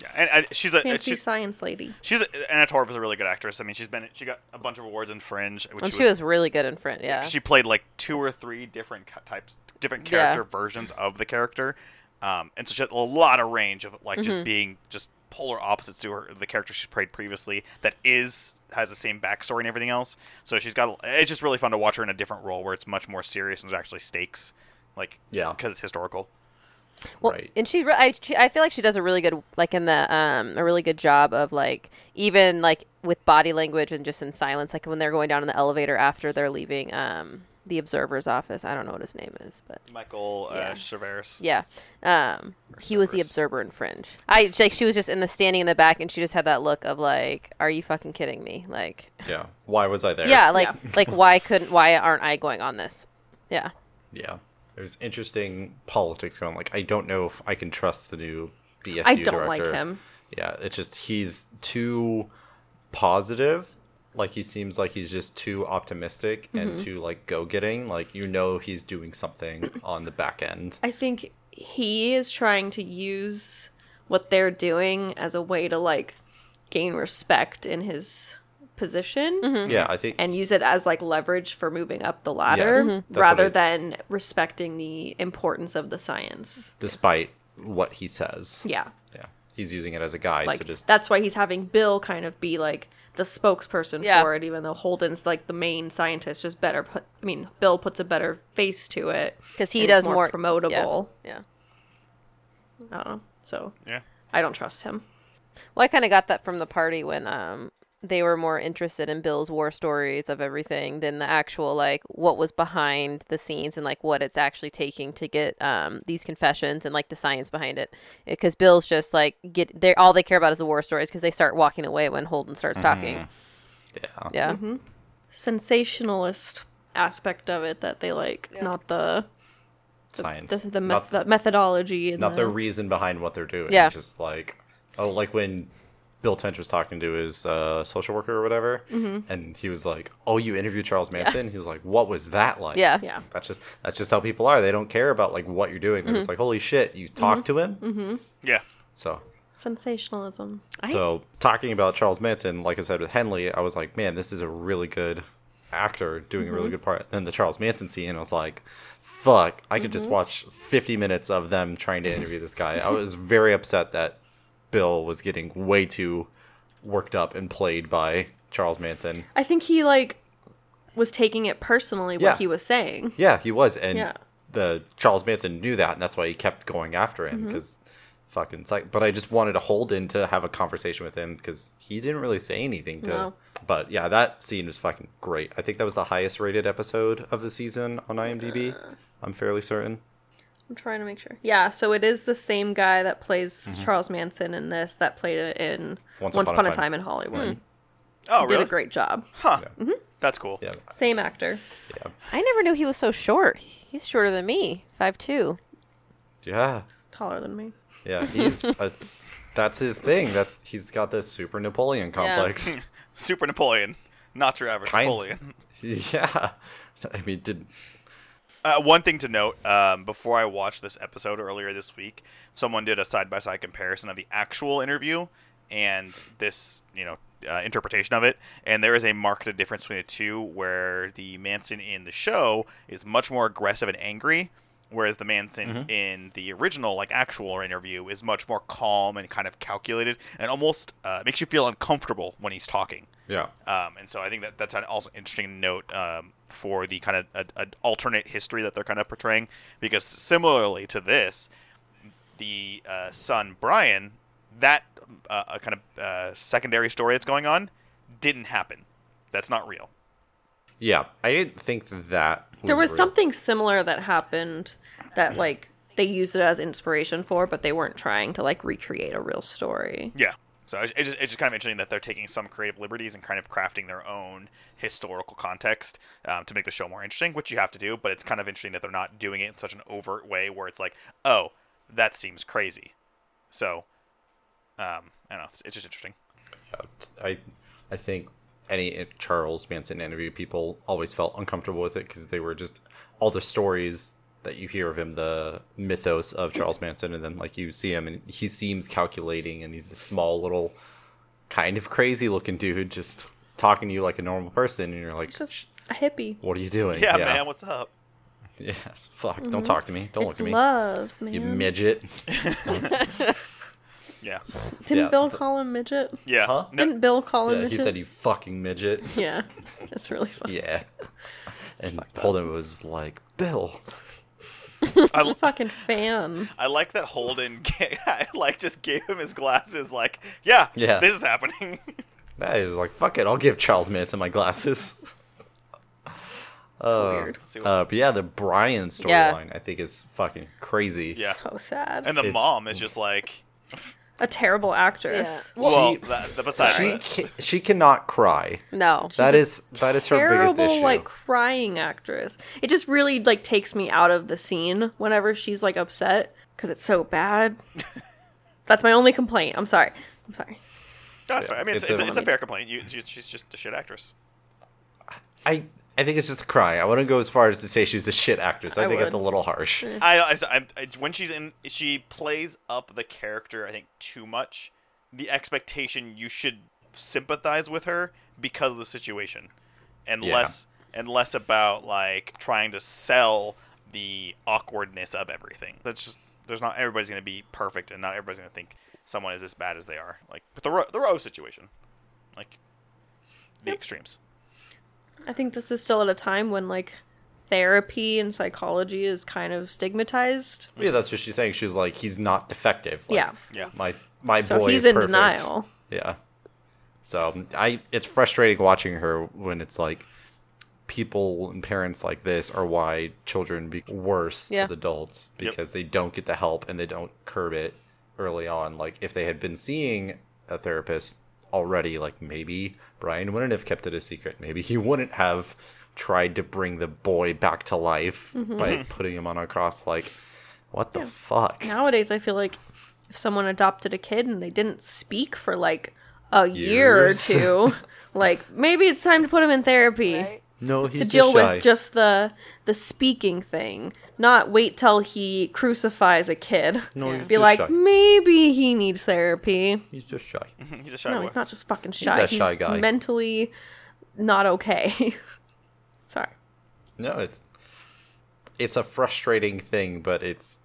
Speaker 1: Yeah, and, and she's a
Speaker 4: Fancy
Speaker 1: she's
Speaker 4: science lady.
Speaker 1: she's a, Anna Torv is a really good actress. I mean, she's been she got a bunch of awards in Fringe, which
Speaker 2: And Oh, she was really good in front. Yeah,
Speaker 1: she played like two or three different ca- types, different
Speaker 2: Yeah.
Speaker 1: character versions of the character, um, and so she had a lot of range of like
Speaker 2: Mm-hmm.
Speaker 1: just being just polar opposites to her the character she played previously that is has the same backstory and everything else. So she's got a- it's just really fun to watch her in a different role where it's much more serious and there's actually stakes, like
Speaker 3: Yeah.
Speaker 1: because it's historical.
Speaker 2: Well,
Speaker 3: Right.
Speaker 2: and she, re- I, she, I feel like she does a really good, like in the, um, a really good job of like even like with body language and just in silence, like when they're going down in the elevator after they're leaving, um, the observer's office. I don't know what his name is, but
Speaker 1: Michael uh,
Speaker 2: Yeah.
Speaker 1: Cerveris.
Speaker 2: yeah, um, he was the
Speaker 1: Cerberus.
Speaker 2: observer in Fringe. I like she was just in the standing in the back, and she just had that look of like, are you fucking kidding me? Like,
Speaker 3: Yeah. Why was I there?
Speaker 2: yeah, like
Speaker 4: Yeah.
Speaker 2: like why couldn't why aren't I going on this? Yeah,
Speaker 3: Yeah. There's interesting politics going. Like, I don't know if I can trust the new BSU
Speaker 4: I don't like
Speaker 3: director.
Speaker 4: him.
Speaker 3: Yeah, it's just he's too positive. Like he seems like he's just too optimistic and
Speaker 4: Mm-hmm.
Speaker 3: too like go-getting. Like you know he's doing something on the back end.
Speaker 4: I think he is trying to use what they're doing as a way to like gain respect in his position
Speaker 2: Mm-hmm.
Speaker 3: Yeah, I think
Speaker 4: Mm-hmm. and use it as like leverage for moving up the ladder
Speaker 3: Mhm. That's what
Speaker 4: rather
Speaker 3: I-
Speaker 4: than respecting the importance of the science.
Speaker 3: despite what he says.
Speaker 4: Yeah.
Speaker 3: Yeah. He's using it as a guy,
Speaker 4: Like
Speaker 3: so just
Speaker 4: that's why he's having Bill kind of be like the spokesperson
Speaker 2: Yeah.
Speaker 4: for it even though Holden's like the main scientist just better put I mean Bill puts a better face to it
Speaker 2: because he
Speaker 4: and it's
Speaker 2: does more,
Speaker 4: promotable.
Speaker 2: Yeah. yeah.
Speaker 4: I don't know. So
Speaker 1: Yeah.
Speaker 4: I don't trust him.
Speaker 2: Well, I kind of got that from the party when um they were more interested in Bill's war stories of everything than the actual like what was behind the scenes and like what it's actually taking to get um these confessions and like the science behind it. Because Bill's just like get they all they care about is the war stories because they start walking away when Holden starts talking.
Speaker 3: yeah.
Speaker 2: Yeah,
Speaker 4: sensationalist aspect of it that they like, not the
Speaker 3: Science.
Speaker 4: the, the,
Speaker 3: Not-
Speaker 4: meth- the methodology and
Speaker 3: not
Speaker 4: the,
Speaker 3: the reason behind what they're doing.
Speaker 2: Yeah.
Speaker 3: Just like, oh, like when Bill Tench was talking to his uh, social worker or whatever,
Speaker 4: Mm-hmm.
Speaker 3: and he was like, "Oh, you interviewed Charles Manson?" He was like, "What was that like?"
Speaker 2: yeah,
Speaker 4: yeah.
Speaker 3: That's just that's just how people are. They don't care about like what you're doing.
Speaker 4: Mm-hmm.
Speaker 3: They're just like, "Holy shit, you talked to him."
Speaker 1: Yeah.
Speaker 3: So.
Speaker 4: sensationalism.
Speaker 2: I-
Speaker 3: So talking about Charles Manson, like I said with Henley, I was like, man, this is a really good actor doing a really good part. Then the Charles Manson scene, I was like, fuck, I could just watch 50 minutes of them trying to interview this guy. I was very upset that Bill was getting way too worked up and played by Charles Manson.
Speaker 4: I think he like was taking it personally what
Speaker 3: Yeah.
Speaker 4: he was saying.
Speaker 3: Yeah, he was, and
Speaker 4: Yeah.
Speaker 3: the Charles Manson knew that, and that's why he kept going after him because fucking psych. But I just wanted to hold in to have a conversation with him because he didn't really say anything to.
Speaker 2: No.
Speaker 3: But yeah, that scene was fucking great. I think that was the highest rated episode of the season on IMDb. I'm fairly certain.
Speaker 4: I'm trying to make sure. Yeah, so it is the same guy that plays Charles Manson in this that played it in Once, Upon, a Time, in Hollywood.
Speaker 1: Oh,
Speaker 4: Did
Speaker 1: really?
Speaker 4: a great job.
Speaker 1: Huh.
Speaker 3: Yeah.
Speaker 1: That's cool.
Speaker 3: Yeah,
Speaker 4: Same actor.
Speaker 3: yeah,
Speaker 2: I never knew he was so short. He's shorter than me, five two.
Speaker 3: yeah.
Speaker 4: He's taller than me.
Speaker 3: Yeah, he's a, that's his thing. That's he's got this super Napoleon complex.
Speaker 1: Super Napoleon, not your average
Speaker 3: Kind-
Speaker 1: Napoleon.
Speaker 3: Yeah. I mean, did
Speaker 1: Uh, one thing to note um, before I watched this episode earlier this week, someone did a side by side comparison of the actual interview and this, you know, uh, interpretation of it. And there is a marked difference between the two, where the Manson in the show is much more aggressive and angry, whereas the Manson in the original, like actual interview, is much more calm and kind of calculated, and almost uh, makes you feel uncomfortable when he's talking.
Speaker 3: yeah,
Speaker 1: Um, and so I think that that's an also interesting note um, for the kind of a, a alternate history that they're kind of portraying, because similarly to this, the uh, son Brian, that uh, uh, kind of uh, secondary story that's going on, didn't happen. That's not real.
Speaker 3: yeah. I didn't think that
Speaker 4: There was
Speaker 3: real.
Speaker 4: something similar that happened that like they used it as inspiration for, but they weren't trying to like recreate a real story.
Speaker 1: Yeah. So it's, it's, just, it's just kind of interesting that they're taking some creative liberties and kind of crafting their own historical context um, to make the show more interesting, which you have to do. But it's kind of interesting that they're not doing it in such an overt way where it's like, oh, that seems crazy. So, um, I don't know. It's, it's just interesting.
Speaker 3: I, I think any Charles Manson interview people always felt uncomfortable with it because they were just all the stories that you hear of him, the mythos of Charles Manson, and then like you see him and he seems calculating and he's a small little, kind of crazy looking dude just talking to you like a normal person, and you're like,
Speaker 4: It's just a hippie.
Speaker 3: what are you doing?
Speaker 1: Yeah, man, what's up?
Speaker 3: Yes, fuck. Don't talk to me. Don't
Speaker 4: Mm-hmm.
Speaker 3: look
Speaker 4: It's
Speaker 3: at me.
Speaker 4: love, man.
Speaker 3: You midget.
Speaker 1: Yeah.
Speaker 4: Didn't
Speaker 3: Yeah,
Speaker 4: Bill
Speaker 3: but-
Speaker 4: call him midget?
Speaker 1: Yeah.
Speaker 3: Huh?
Speaker 1: No-
Speaker 4: Didn't Bill call him
Speaker 3: Yeah,
Speaker 4: midget?
Speaker 3: he said you fucking midget.
Speaker 4: yeah, that's really funny.
Speaker 3: Yeah. and Holden was like, Bill.
Speaker 1: I,
Speaker 4: Fucking fan.
Speaker 1: I like that Holden ga- I like just gave him his glasses like, yeah,
Speaker 3: Yeah.
Speaker 1: this is happening.
Speaker 3: That is like, fuck it, I'll give Charles Manson my glasses. Uh,
Speaker 4: weird.
Speaker 1: Let's see what-
Speaker 3: uh, but yeah, the Brian storyline
Speaker 2: Yeah.
Speaker 3: I think is fucking crazy.
Speaker 1: Yeah.
Speaker 4: So sad.
Speaker 1: and the
Speaker 3: It's-
Speaker 1: mom is just like,
Speaker 4: a terrible actress.
Speaker 1: well,
Speaker 3: She-
Speaker 1: that, the besides
Speaker 3: She
Speaker 1: that.
Speaker 3: ca- she cannot cry.
Speaker 2: No,
Speaker 3: That
Speaker 4: a
Speaker 3: is that is her biggest
Speaker 4: terrible
Speaker 3: issue.
Speaker 4: like crying actress it just really like takes me out of the scene whenever she's like upset because it's so bad that's my only complaint i'm sorry i'm sorry
Speaker 1: That's fair. I mean, Oh, it's,
Speaker 3: It's
Speaker 1: it's,
Speaker 3: a-
Speaker 1: a, it's a fair complaint. You, she- she's just a shit actress.
Speaker 3: I I think it's just a cry. I wouldn't go as far as to say she's a shit actress. I,
Speaker 4: I
Speaker 3: think that's a
Speaker 4: would.
Speaker 3: little harsh.
Speaker 4: Mm.
Speaker 1: I, I, I, I- when she's in, she plays up the character. I think too much. The expectation you should sympathize with her because of the situation, and
Speaker 3: Yeah.
Speaker 1: less and less about like trying to sell the awkwardness of everything. That's just there's not everybody's gonna be perfect, and not everybody's gonna think someone is as bad as they are. Like, but the Ro- the Rose situation, like the extremes.
Speaker 4: i think this is still at a time when like therapy and psychology is kind of stigmatized
Speaker 3: Yeah, that's what she's saying. She's like, he's not defective. Like,
Speaker 4: Yeah.
Speaker 1: Yeah.
Speaker 3: My my
Speaker 4: so
Speaker 3: boy.
Speaker 4: he's
Speaker 3: is
Speaker 4: in
Speaker 3: perfect.
Speaker 4: denial
Speaker 3: Yeah. So I, it's frustrating watching her when it's like people and parents like this are why children be worse
Speaker 2: Yeah.
Speaker 3: as adults
Speaker 1: Yep.
Speaker 3: because they don't get the help and they don't curb it early on. Like if they had been seeing a therapist already, like maybe Brian wouldn't have kept it a secret. Maybe he wouldn't have tried to bring the boy back to life
Speaker 4: Mm-hmm.
Speaker 3: by putting him on a cross. Like, what the fuck?
Speaker 4: nowadays i feel like if someone adopted a kid and they didn't speak for like a
Speaker 3: Years.
Speaker 4: year or two like maybe it's time to put him in therapy
Speaker 2: right?
Speaker 3: No, he's
Speaker 4: to
Speaker 3: just
Speaker 4: deal
Speaker 3: shy.
Speaker 4: with just the the speaking thing not wait till he crucifies a kid
Speaker 3: no,
Speaker 2: Yeah.
Speaker 3: he's
Speaker 4: be
Speaker 3: just
Speaker 4: like
Speaker 3: shy.
Speaker 4: maybe he needs therapy
Speaker 3: He's just shy.
Speaker 1: he's a shy
Speaker 4: no
Speaker 1: boy.
Speaker 4: he's not just fucking shy
Speaker 3: that shy guy.
Speaker 4: mentally not okay sorry
Speaker 3: No, it's it's a frustrating thing, but it's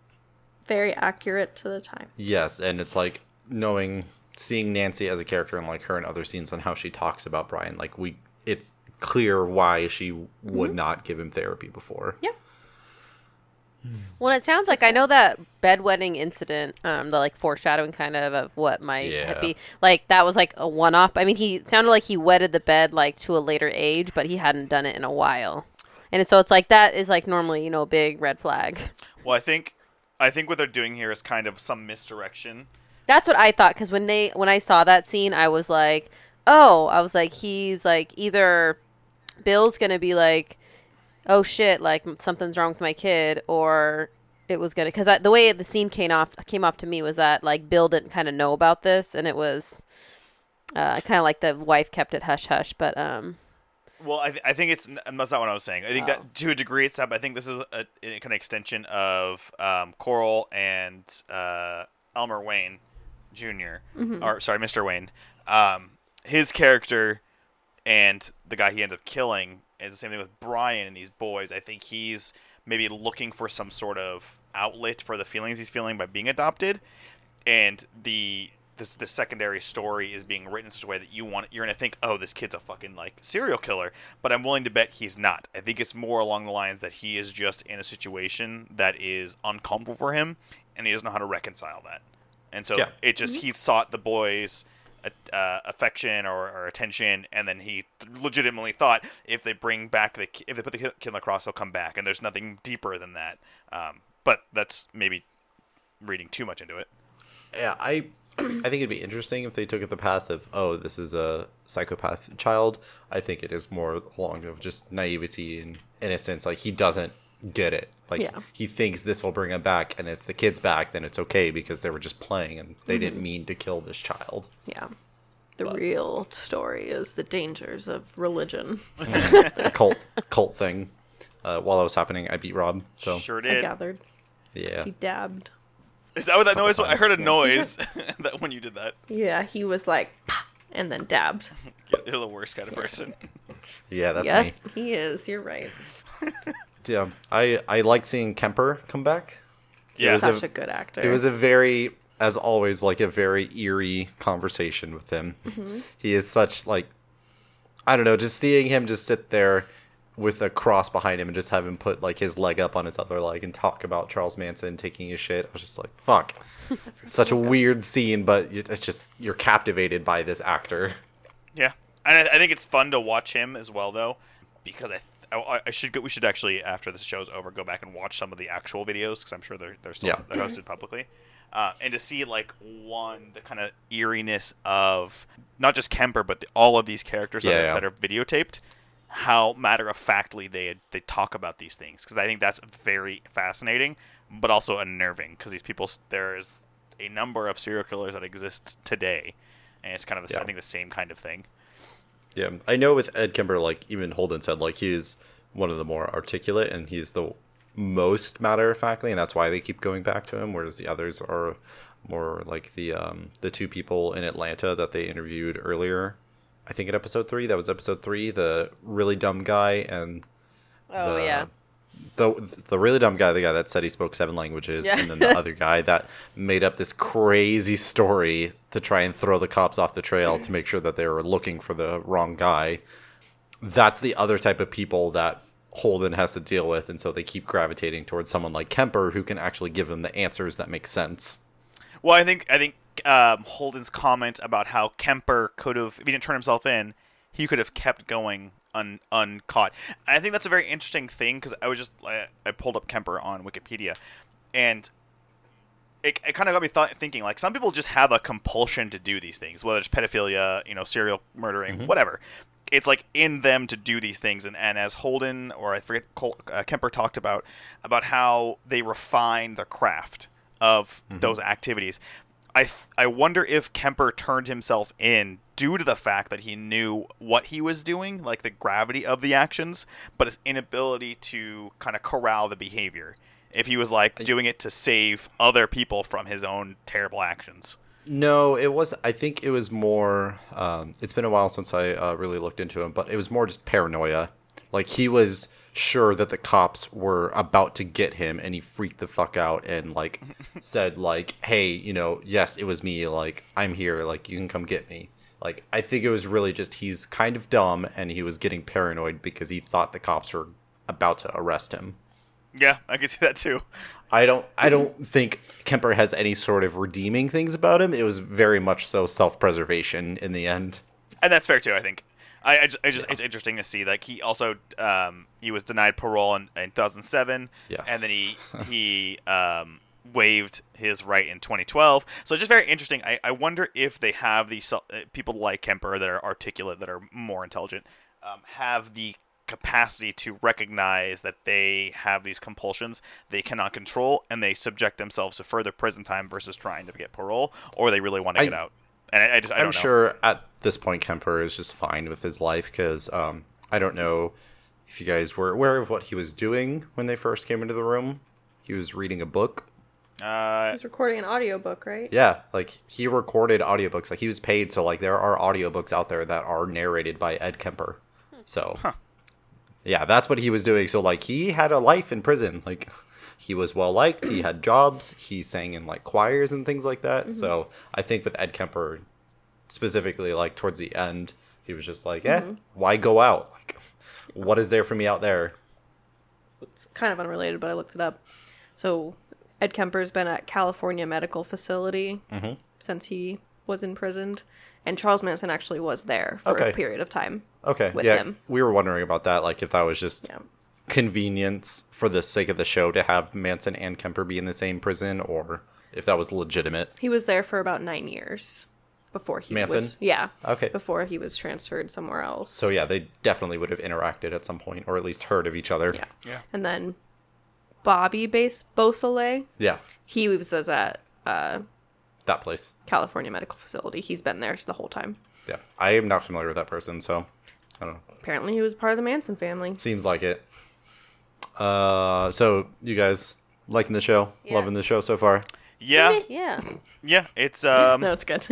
Speaker 4: very accurate to the time
Speaker 3: yes, and it's like knowing seeing Nancy as a character and like her in other scenes and how she talks about Brian, like we it's clear why she would not give him therapy before.
Speaker 4: Yeah.
Speaker 2: Well, it sounds like I know that bedwetting incident, um, the like foreshadowing kind of of what might
Speaker 3: Yeah.
Speaker 2: be. Like that was like a one off. I mean, he it sounded like he wetted the bed like to a later age, but he hadn't done it in a while, and it, so it's like that is like normally you know a big red flag.
Speaker 1: Well, I think, I think what they're doing here is kind of some misdirection.
Speaker 2: That's what I thought because when they when I saw that scene, I was like, oh, I was like, he's like either Bill's gonna be like, oh shit, like m- something's wrong with my kid, or it was gonna because the way the scene came off came off to me was that like Bill didn't kind of know about this, and it was uh, kind of like the wife kept it hush hush, but um,
Speaker 1: Well, I, th- I think it's n- that's not what I was saying. I think
Speaker 2: Oh.
Speaker 1: that to a degree it's that, but I think this is a, a kind of extension of um, Coral and uh, Elmer Wayne junior or sorry, Mr. Wayne. Um, his character and the guy he ends up killing is the same thing with Brian and these boys. I think he's maybe looking for some sort of outlet for the feelings he's feeling by being adopted, and the this the secondary story is being written in such a way that you want you're gonna think, oh, this kid's a fucking like serial killer, but I'm willing to bet he's not. I think it's more along the lines that he is just in a situation that is uncomfortable for him, and he doesn't know how to reconcile that, and so
Speaker 3: Yeah.
Speaker 1: it just he sought the boys uh, affection or, or attention, and then he legitimately thought if they bring back the ki- if they put the kid kid on the cross, he'll come back. And there's nothing deeper than that. Um, but that's maybe reading too much into it.
Speaker 3: Yeah, I I think it'd be interesting if they took it the path of oh, this is a psychopath child. I think it is more along of just naivety and innocence. Like he doesn't get it. Like
Speaker 4: Yeah.
Speaker 3: he thinks this will bring him back, and if the kid's back, then it's okay because they were just playing and they
Speaker 4: Mm-hmm.
Speaker 3: didn't mean to kill this child.
Speaker 4: Yeah. The real story is the dangers of religion.
Speaker 3: It's a cult cult thing. Uh, while that was happening, I beat Rob. So
Speaker 1: sure
Speaker 4: I
Speaker 1: did.
Speaker 4: gathered.
Speaker 3: yeah,
Speaker 4: He dabbed.
Speaker 1: Is that what that noise? was? I
Speaker 3: times,
Speaker 1: heard a
Speaker 3: yeah.
Speaker 1: noise that when you did that.
Speaker 4: Yeah, he was like, "Pah," and then dabbed.
Speaker 1: Yeah, You're the worst kind of person.
Speaker 3: yeah, that's
Speaker 4: yeah,
Speaker 3: me.
Speaker 4: he is. You're right.
Speaker 3: Yeah, I I like seeing Kemper come back.
Speaker 1: Yeah.
Speaker 3: was a-
Speaker 4: Such a good actor.
Speaker 3: It was a very, as always, like a very eerie conversation with him. He is such like, I don't know, just seeing him just sit there with a cross behind him and just have him put like his leg up on his other leg and talk about Charles Manson taking his shit. I was just like, fuck. such a weird scene, but you- it's just you're captivated by this actor.
Speaker 1: Yeah, and I, I think it's fun to watch him as well, though, because I, I, I should go, we should actually after this show's over go back and watch some of the actual videos because I'm sure they're they're still
Speaker 3: Yeah.
Speaker 1: they're hosted publicly, uh, and to see like one the kind of eeriness of not just Kemper but the, all of these characters that,
Speaker 3: Yeah,
Speaker 1: are,
Speaker 3: yeah.
Speaker 1: that are videotaped, how matter of factly they they talk about these things because I think that's very fascinating, but also unnerving because these people s- there is a number of serial killers that exist today. And it's kind of, the, I
Speaker 3: Yeah.
Speaker 1: think, the same kind of thing.
Speaker 3: Yeah, I know with Ed Kemper, like even Holden said, like he's one of the more articulate and he's the most matter of factly, and that's why they keep going back to him. Whereas the others are more like the um, the two people in Atlanta that they interviewed earlier. I think in episode three, that was episode three, the really dumb guy and
Speaker 2: oh
Speaker 3: the,
Speaker 2: yeah,
Speaker 3: the the really dumb guy, the guy that said he spoke seven languages,
Speaker 2: Yeah.
Speaker 3: and then the other guy that made up this crazy story to try and throw the cops off the trail to make sure that they were looking for the wrong guy. That's the other type of people that Holden has to deal with, and so they keep gravitating towards someone like Kemper who can actually give them the answers that make sense.
Speaker 1: Well, I think I think um, Holden's comment about how Kemper could have, if he didn't turn himself in, he could have kept going un, uncaught. I think that's a very interesting thing because I was just I, I pulled up Kemper on Wikipedia, and it, it kind of got me thought, thinking like some people just have a compulsion to do these things, whether it's pedophilia, you know, serial murdering, whatever. It's like in them to do these things, and, and as Holden or I forget Col- uh, Kemper talked about about how they refine the craft of those activities. I th- I wonder if Kemper turned himself in due to the fact that he knew what he was doing, like the gravity of the actions, but his inability to kind of corral the behavior. If he was like doing it to save other people from his own terrible actions.
Speaker 3: No, it was. I think it was more. Um, it's been a while since I uh, really looked into him, but it was more just paranoia. Like he was sure that the cops were about to get him, and he freaked the fuck out and like said like, "Hey, you know, yes, it was me. Like I'm here. Like you can come get me." Like I think it was really just he's kind of dumb, and he was getting paranoid because he thought the cops were about to arrest him.
Speaker 1: Yeah, I can see that too.
Speaker 3: I don't I don't think Kemper has any sort of redeeming things about him. It was very much so self-preservation in the end.
Speaker 1: and that's fair too. I think. I, I just, I just it's interesting to see. Like he also um, he was denied parole in, in 2007,
Speaker 3: Yes.
Speaker 1: and then he he um, waived his right in 2012. So it's just very interesting. I, I wonder if they have these uh, people like Kemper that are articulate, that are more intelligent, um, have the capacity to recognize that they have these compulsions they cannot control, and they subject themselves to further prison time versus trying to get parole, or they really want to
Speaker 3: I-
Speaker 1: get out. And I, I, just, I don't
Speaker 3: I'm
Speaker 1: know.
Speaker 3: sure at this point Kemper is just fine with his life because um, I don't know if you guys were aware of what he was doing when they first came into the room. He was reading a book.
Speaker 1: Uh,
Speaker 4: He's recording an audiobook, right?
Speaker 3: Yeah, like he recorded audiobooks. Like he was paid, so like there are audiobooks out there that are narrated by Ed Kemper. So Yeah, that's what he was doing. So like he had a life in prison. Like he was well liked, he had jobs, he sang in like choirs and things like that.
Speaker 4: Mm-hmm.
Speaker 3: So I think with Ed Kemper specifically like towards the end, he was just like,
Speaker 4: Mm-hmm.
Speaker 3: "Eh, why go out? Like what is there for me out there?"
Speaker 4: It's kind of unrelated, but I looked it up. So Ed Kemper's been at California Medical Facility
Speaker 3: Mhm.
Speaker 4: since he was imprisoned, and Charles Manson actually was there for
Speaker 3: Okay.
Speaker 4: a period of time.
Speaker 3: Okay.
Speaker 4: With
Speaker 3: yeah.
Speaker 4: him.
Speaker 3: We were wondering about that like if that was just
Speaker 4: Yeah.
Speaker 3: convenience for the sake of the show to have Manson and Kemper be in the same prison or if that was legitimate.
Speaker 4: He was there for about nine years before he
Speaker 3: Manson?
Speaker 4: was yeah
Speaker 3: Okay.
Speaker 4: before he was transferred somewhere else.
Speaker 3: So yeah, they definitely would have interacted at some point or at least heard of each other.
Speaker 4: Yeah.
Speaker 1: Yeah.
Speaker 4: And then Bobby Base Beausoleil,
Speaker 3: Yeah,
Speaker 4: he was at uh,
Speaker 3: that place.
Speaker 4: California Medical Facility. He's been there the whole time.
Speaker 3: Yeah. I am not familiar with that person, so I don't know.
Speaker 4: Apparently, he was part of the Manson family.
Speaker 3: Seems like it. Uh so you guys liking the show?
Speaker 2: Yeah.
Speaker 3: Loving the show so far?
Speaker 1: yeah,
Speaker 2: Yeah.
Speaker 1: Yeah, it's um,
Speaker 4: no, it's good.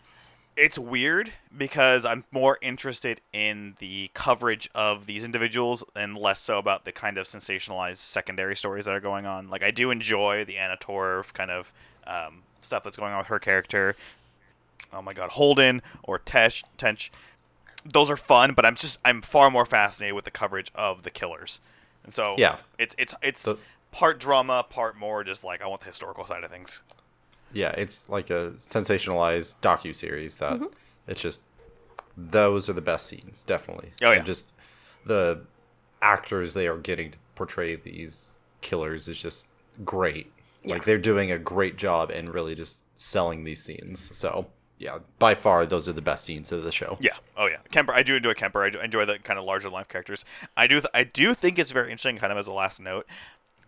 Speaker 1: it's weird because I'm more interested in the coverage of these individuals and less so about the kind of sensationalized secondary stories that are going on. Like I do enjoy the Anna Torv kind of um, stuff that's going on with her character. Oh my God, Holden or Tesh Tench, those are fun, but I'm just I'm far more fascinated with the coverage of the killers, and so
Speaker 3: Yeah.
Speaker 1: it's it's it's
Speaker 3: The-
Speaker 1: part drama, part more just like I want the historical side of things.
Speaker 3: Yeah, it's like a sensationalized docu series that it's just those are the best scenes, definitely.
Speaker 1: Oh, yeah.
Speaker 3: And just the actors they are getting to portray these killers is just great. Like they're doing a great job and really just selling these scenes. So yeah, by far those are the best scenes of the show.
Speaker 1: Yeah. Oh yeah. Kemper. I do enjoy Kemper. I do enjoy the kind of larger life characters. I do. Th- I do think it's very interesting. Kind of as a last note,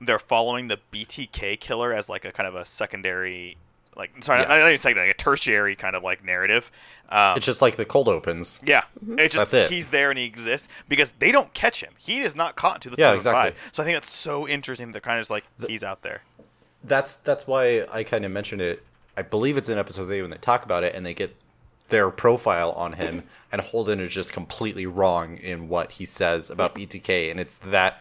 Speaker 1: they're following the BTK killer as like a kind of a secondary, like sorry, not, not
Speaker 3: Yes.
Speaker 1: even secondary, like a tertiary kind of like narrative. Um,
Speaker 3: It's just like the cold opens.
Speaker 1: yeah. It's just
Speaker 3: That's it.
Speaker 1: he's there and he exists because they don't catch him. He is not caught until the
Speaker 3: Yeah,
Speaker 1: 2005.
Speaker 3: exactly.
Speaker 1: So I think that's so interesting. They're kind of just like he's out there.
Speaker 3: that's that's why I kind of mentioned it. I believe it's in episode eight when they talk about it and they get their profile on him, and Holden is just completely wrong in what he says about BTK, and it's that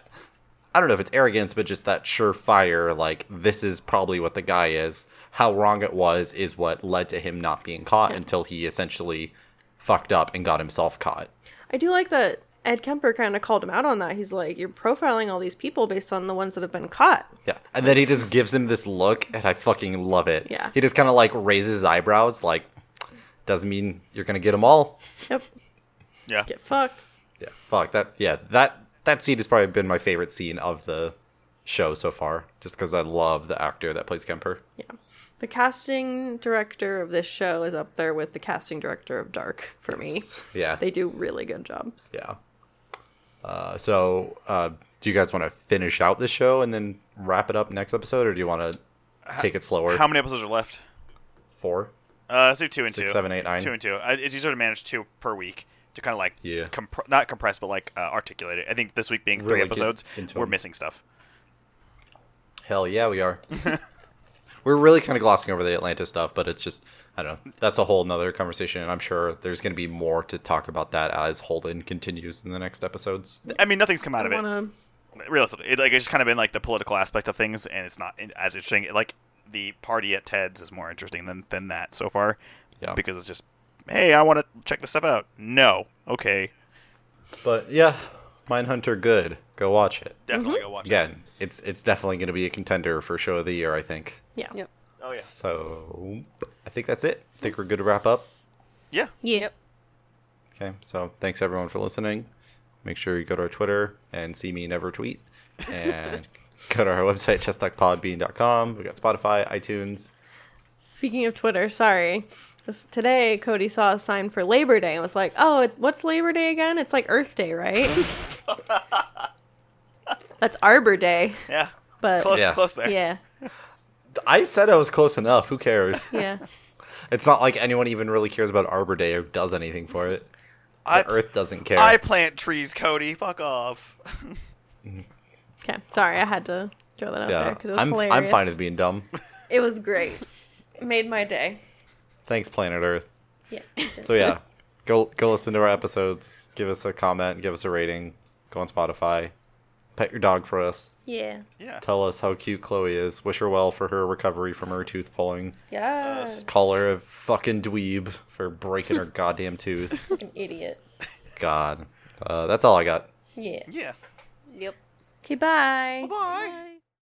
Speaker 3: I don't know if it's arrogance, but just that surefire like this is probably what the guy is. How wrong it was is what led to him not being caught until he essentially fucked up and got himself caught.
Speaker 4: I do like that Ed Kemper kind of called him out on that. He's like, you're profiling all these people based on the ones that have been caught.
Speaker 3: Yeah. And then he just gives him this look, and I fucking love it.
Speaker 4: Yeah.
Speaker 3: He just kind of like raises his eyebrows, like, doesn't mean you're going to get them all.
Speaker 4: Yep.
Speaker 1: Yeah.
Speaker 4: Get fucked.
Speaker 3: Yeah. Fuck. That, yeah. That, that scene has probably been my favorite scene of the show so far, just because I love the actor that plays Kemper.
Speaker 4: Yeah. The casting director of this show is up there with the casting director of Dark for me.
Speaker 3: Yeah.
Speaker 4: They do really good jobs.
Speaker 3: yeah. Uh, so, uh, do you guys want to finish out the show and then wrap it up next episode, or do you want to take it slower?
Speaker 1: How many episodes are left?
Speaker 3: Four?
Speaker 1: Uh, let's do two and
Speaker 3: Six,
Speaker 1: two.
Speaker 3: seven, eight, nine.
Speaker 1: Two and two. I, it's easier to manage two per week to kind of like
Speaker 3: Yeah.
Speaker 1: compr- not compress, but like uh, articulate it. I think this week being three
Speaker 3: Really get
Speaker 1: episodes,
Speaker 3: into
Speaker 1: we're
Speaker 3: 'em.
Speaker 1: missing stuff.
Speaker 3: Hell yeah, we are. We're really kind of glossing over the Atlanta stuff, but it's just I don't know. That's a whole nother conversation, and I'm sure there's going to be more to talk about that as Holden continues in the next episodes.
Speaker 1: I mean, nothing's come out
Speaker 4: I
Speaker 1: of it.
Speaker 4: want
Speaker 1: Realistically, it, like it's just kind of been like the political aspect of things, and it's not in- as interesting. Like the party at Ted's is more interesting than than that so far.
Speaker 3: Yeah.
Speaker 1: Because it's just, hey, I want to check this stuff out. No, okay,
Speaker 3: But yeah, Mindhunter, good. Go watch it.
Speaker 4: Mm-hmm.
Speaker 1: definitely go watch. it.
Speaker 3: Again, it's it's definitely going to be a contender for show of the year. I think.
Speaker 4: Yeah.
Speaker 2: Yep.
Speaker 1: Oh yeah.
Speaker 3: So I think that's it. I think we're good to wrap up.
Speaker 1: Yeah.
Speaker 4: Yeah.
Speaker 2: Yep.
Speaker 3: Okay, so thanks everyone for listening. Make sure you go to our Twitter and see me never tweet. And go to our website, chestduckpodbean.com. We got Spotify, iTunes.
Speaker 4: Speaking of Twitter, sorry. This- Today, Cody saw a sign for Labor Day and was like, "Oh, it's what's Labor Day again? It's like Earth Day, right? That's Arbor Day,
Speaker 1: Yeah.
Speaker 4: but
Speaker 1: Close,
Speaker 3: Yeah.
Speaker 1: close there.
Speaker 4: Uh, yeah,
Speaker 3: I said I was close enough. Who cares?
Speaker 4: yeah.
Speaker 3: it's not like anyone even really cares about Arbor Day or does anything for it. The
Speaker 1: I,
Speaker 3: Earth doesn't care.
Speaker 1: I plant trees, Cody. Fuck off.
Speaker 4: Okay, sorry, I had to throw that out there
Speaker 3: yeah,
Speaker 4: because it was
Speaker 3: I'm,
Speaker 4: hilarious.
Speaker 3: I'm fine with being dumb.
Speaker 4: It was great. It made my day.
Speaker 3: Thanks, planet Earth.
Speaker 4: Yeah.
Speaker 3: So yeah, go go listen to our episodes. Give us a comment. Give us a rating. Go on Spotify. Pet your dog for us.
Speaker 4: yeah.
Speaker 1: Yeah.
Speaker 3: Tell us how cute Chloe is. Wish her well for her recovery from her tooth pulling.
Speaker 4: Yeah.
Speaker 1: Us.
Speaker 3: Call her a fucking dweeb for breaking her goddamn tooth.
Speaker 4: An idiot.
Speaker 3: God. Uh, that's all I got.
Speaker 4: Yeah.
Speaker 1: Yeah.
Speaker 2: Yep.
Speaker 4: Okay. Bye.
Speaker 1: Bye.